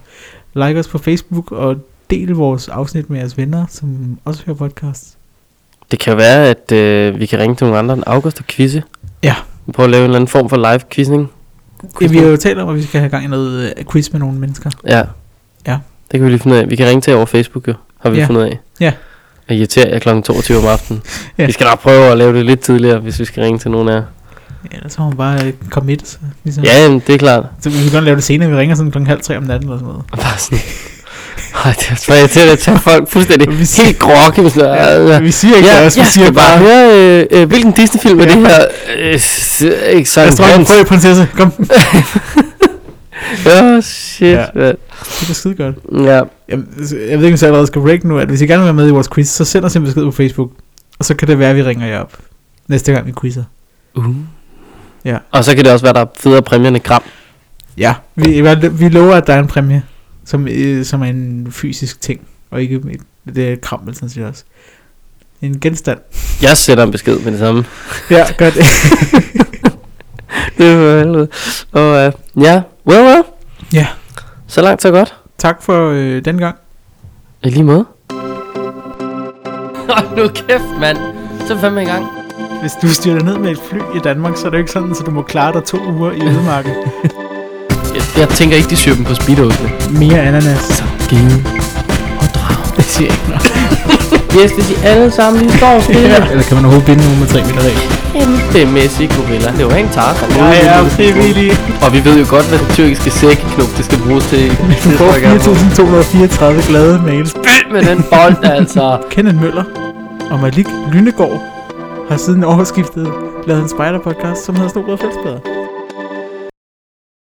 B: like os på Facebook, og del vores afsnit med jeres venner, som også hører podcast.
A: det kan være, at øh, vi kan ringe til nogle andre end August og quizze.
B: Ja.
A: Vi prøver at lave en eller anden form for live quizning.
B: Ja, vi har jo talt om, at vi skal have gang i noget øh, quiz med nogle mennesker.
A: Ja.
B: Ja.
A: Det kan vi lige finde ud af. Vi kan ringe til jer over Facebook jo, har vi
B: Ja.
A: ja. fundet ud af.
B: Ja.
A: Og irritere jer kl. 22 om aftenen.
B: <laughs> Ja.
A: ja. Vi skal nok prøve at lave det lidt tidligere, hvis vi skal ringe til nogen af jer.
B: Ellers har hun bare øh, commit. Så, ligesom.
A: Ja, jamen, det er klart.
B: Så vi kan godt lave det senere, vi ringer sådan klokken halv tre om natten eller sådan noget.
A: Og bare
B: <laughs>
A: sådan... Ej, det er svært irriterende at tage folk fuldstændig
B: Vi siger-
A: helt grokke. med sådan,
B: Ja, vi siger ikke ja,
A: Ja,
B: også, vi
A: jeg
B: siger
A: skal bare
B: bare,
A: høre, øh, øh, hvilken Disney-film er
B: Ja.
A: det her? Øh, s- øh, ikke
B: jeg
A: Silent
B: tror en
A: Hans.
B: frø, prinsesse, <laughs> kom.
A: Åh, shit.
B: Ja.
A: mand.
B: det er skide godt.
A: Ja.
B: Jeg, jeg ved ikke, om jeg allerede skal break nu, at hvis I gerne vil være med i vores quiz, så send os en besked på Facebook, og så kan det være, at vi ringer jer op næste gang, vi quizzer.
A: Uh.
B: Ja.
A: Og så kan det også være, der er federe præmier end et gram.
B: Ja, vi, i hvert fald- vi lover, at der er en præmie, som, øh, som er en fysisk ting, og ikke et, det er et krammel, sådan set også. En genstand.
A: Jeg sætter en besked med det samme.
B: Ja,
C: <laughs>
B: gør det.
A: det er for helvede. Og øh, ja, well, well.
B: Ja.
A: Så langt, så godt.
B: tak for øh, den gang.
A: I lige måde. nu kæft, mand. Så er vi fandme i gang.
B: Hvis du styrer ned med et fly i Danmark, så er det jo ikke sådan, at du må klare dig to uger i
C: <laughs>
B: ødemarken.
A: Jeg, jeg tænker ikke, de syr dem på speedo'sene.
B: Mere ananas.
A: Give og drag. <laughs>
B: Det siger jeg ikke noget.
A: Yes, det er de alle sammen, de står og spiller.
C: Eller kan man overhovedet binde nogen med 3 meter regel?
A: kæmpemæssig gorilla. Det var en tarsan.
B: Jeg er frivillig.
A: Og vi ved jo godt, hvad den tyrkiske sækknop, det skal bruges til.
B: Du får 4.234 glade mails.
A: Spil med den bold, altså.
B: Kenneth Møller og Malik Lynegård har siden overskiftet lavet en spider-podcast, som hedder Snobrød Fældsbader.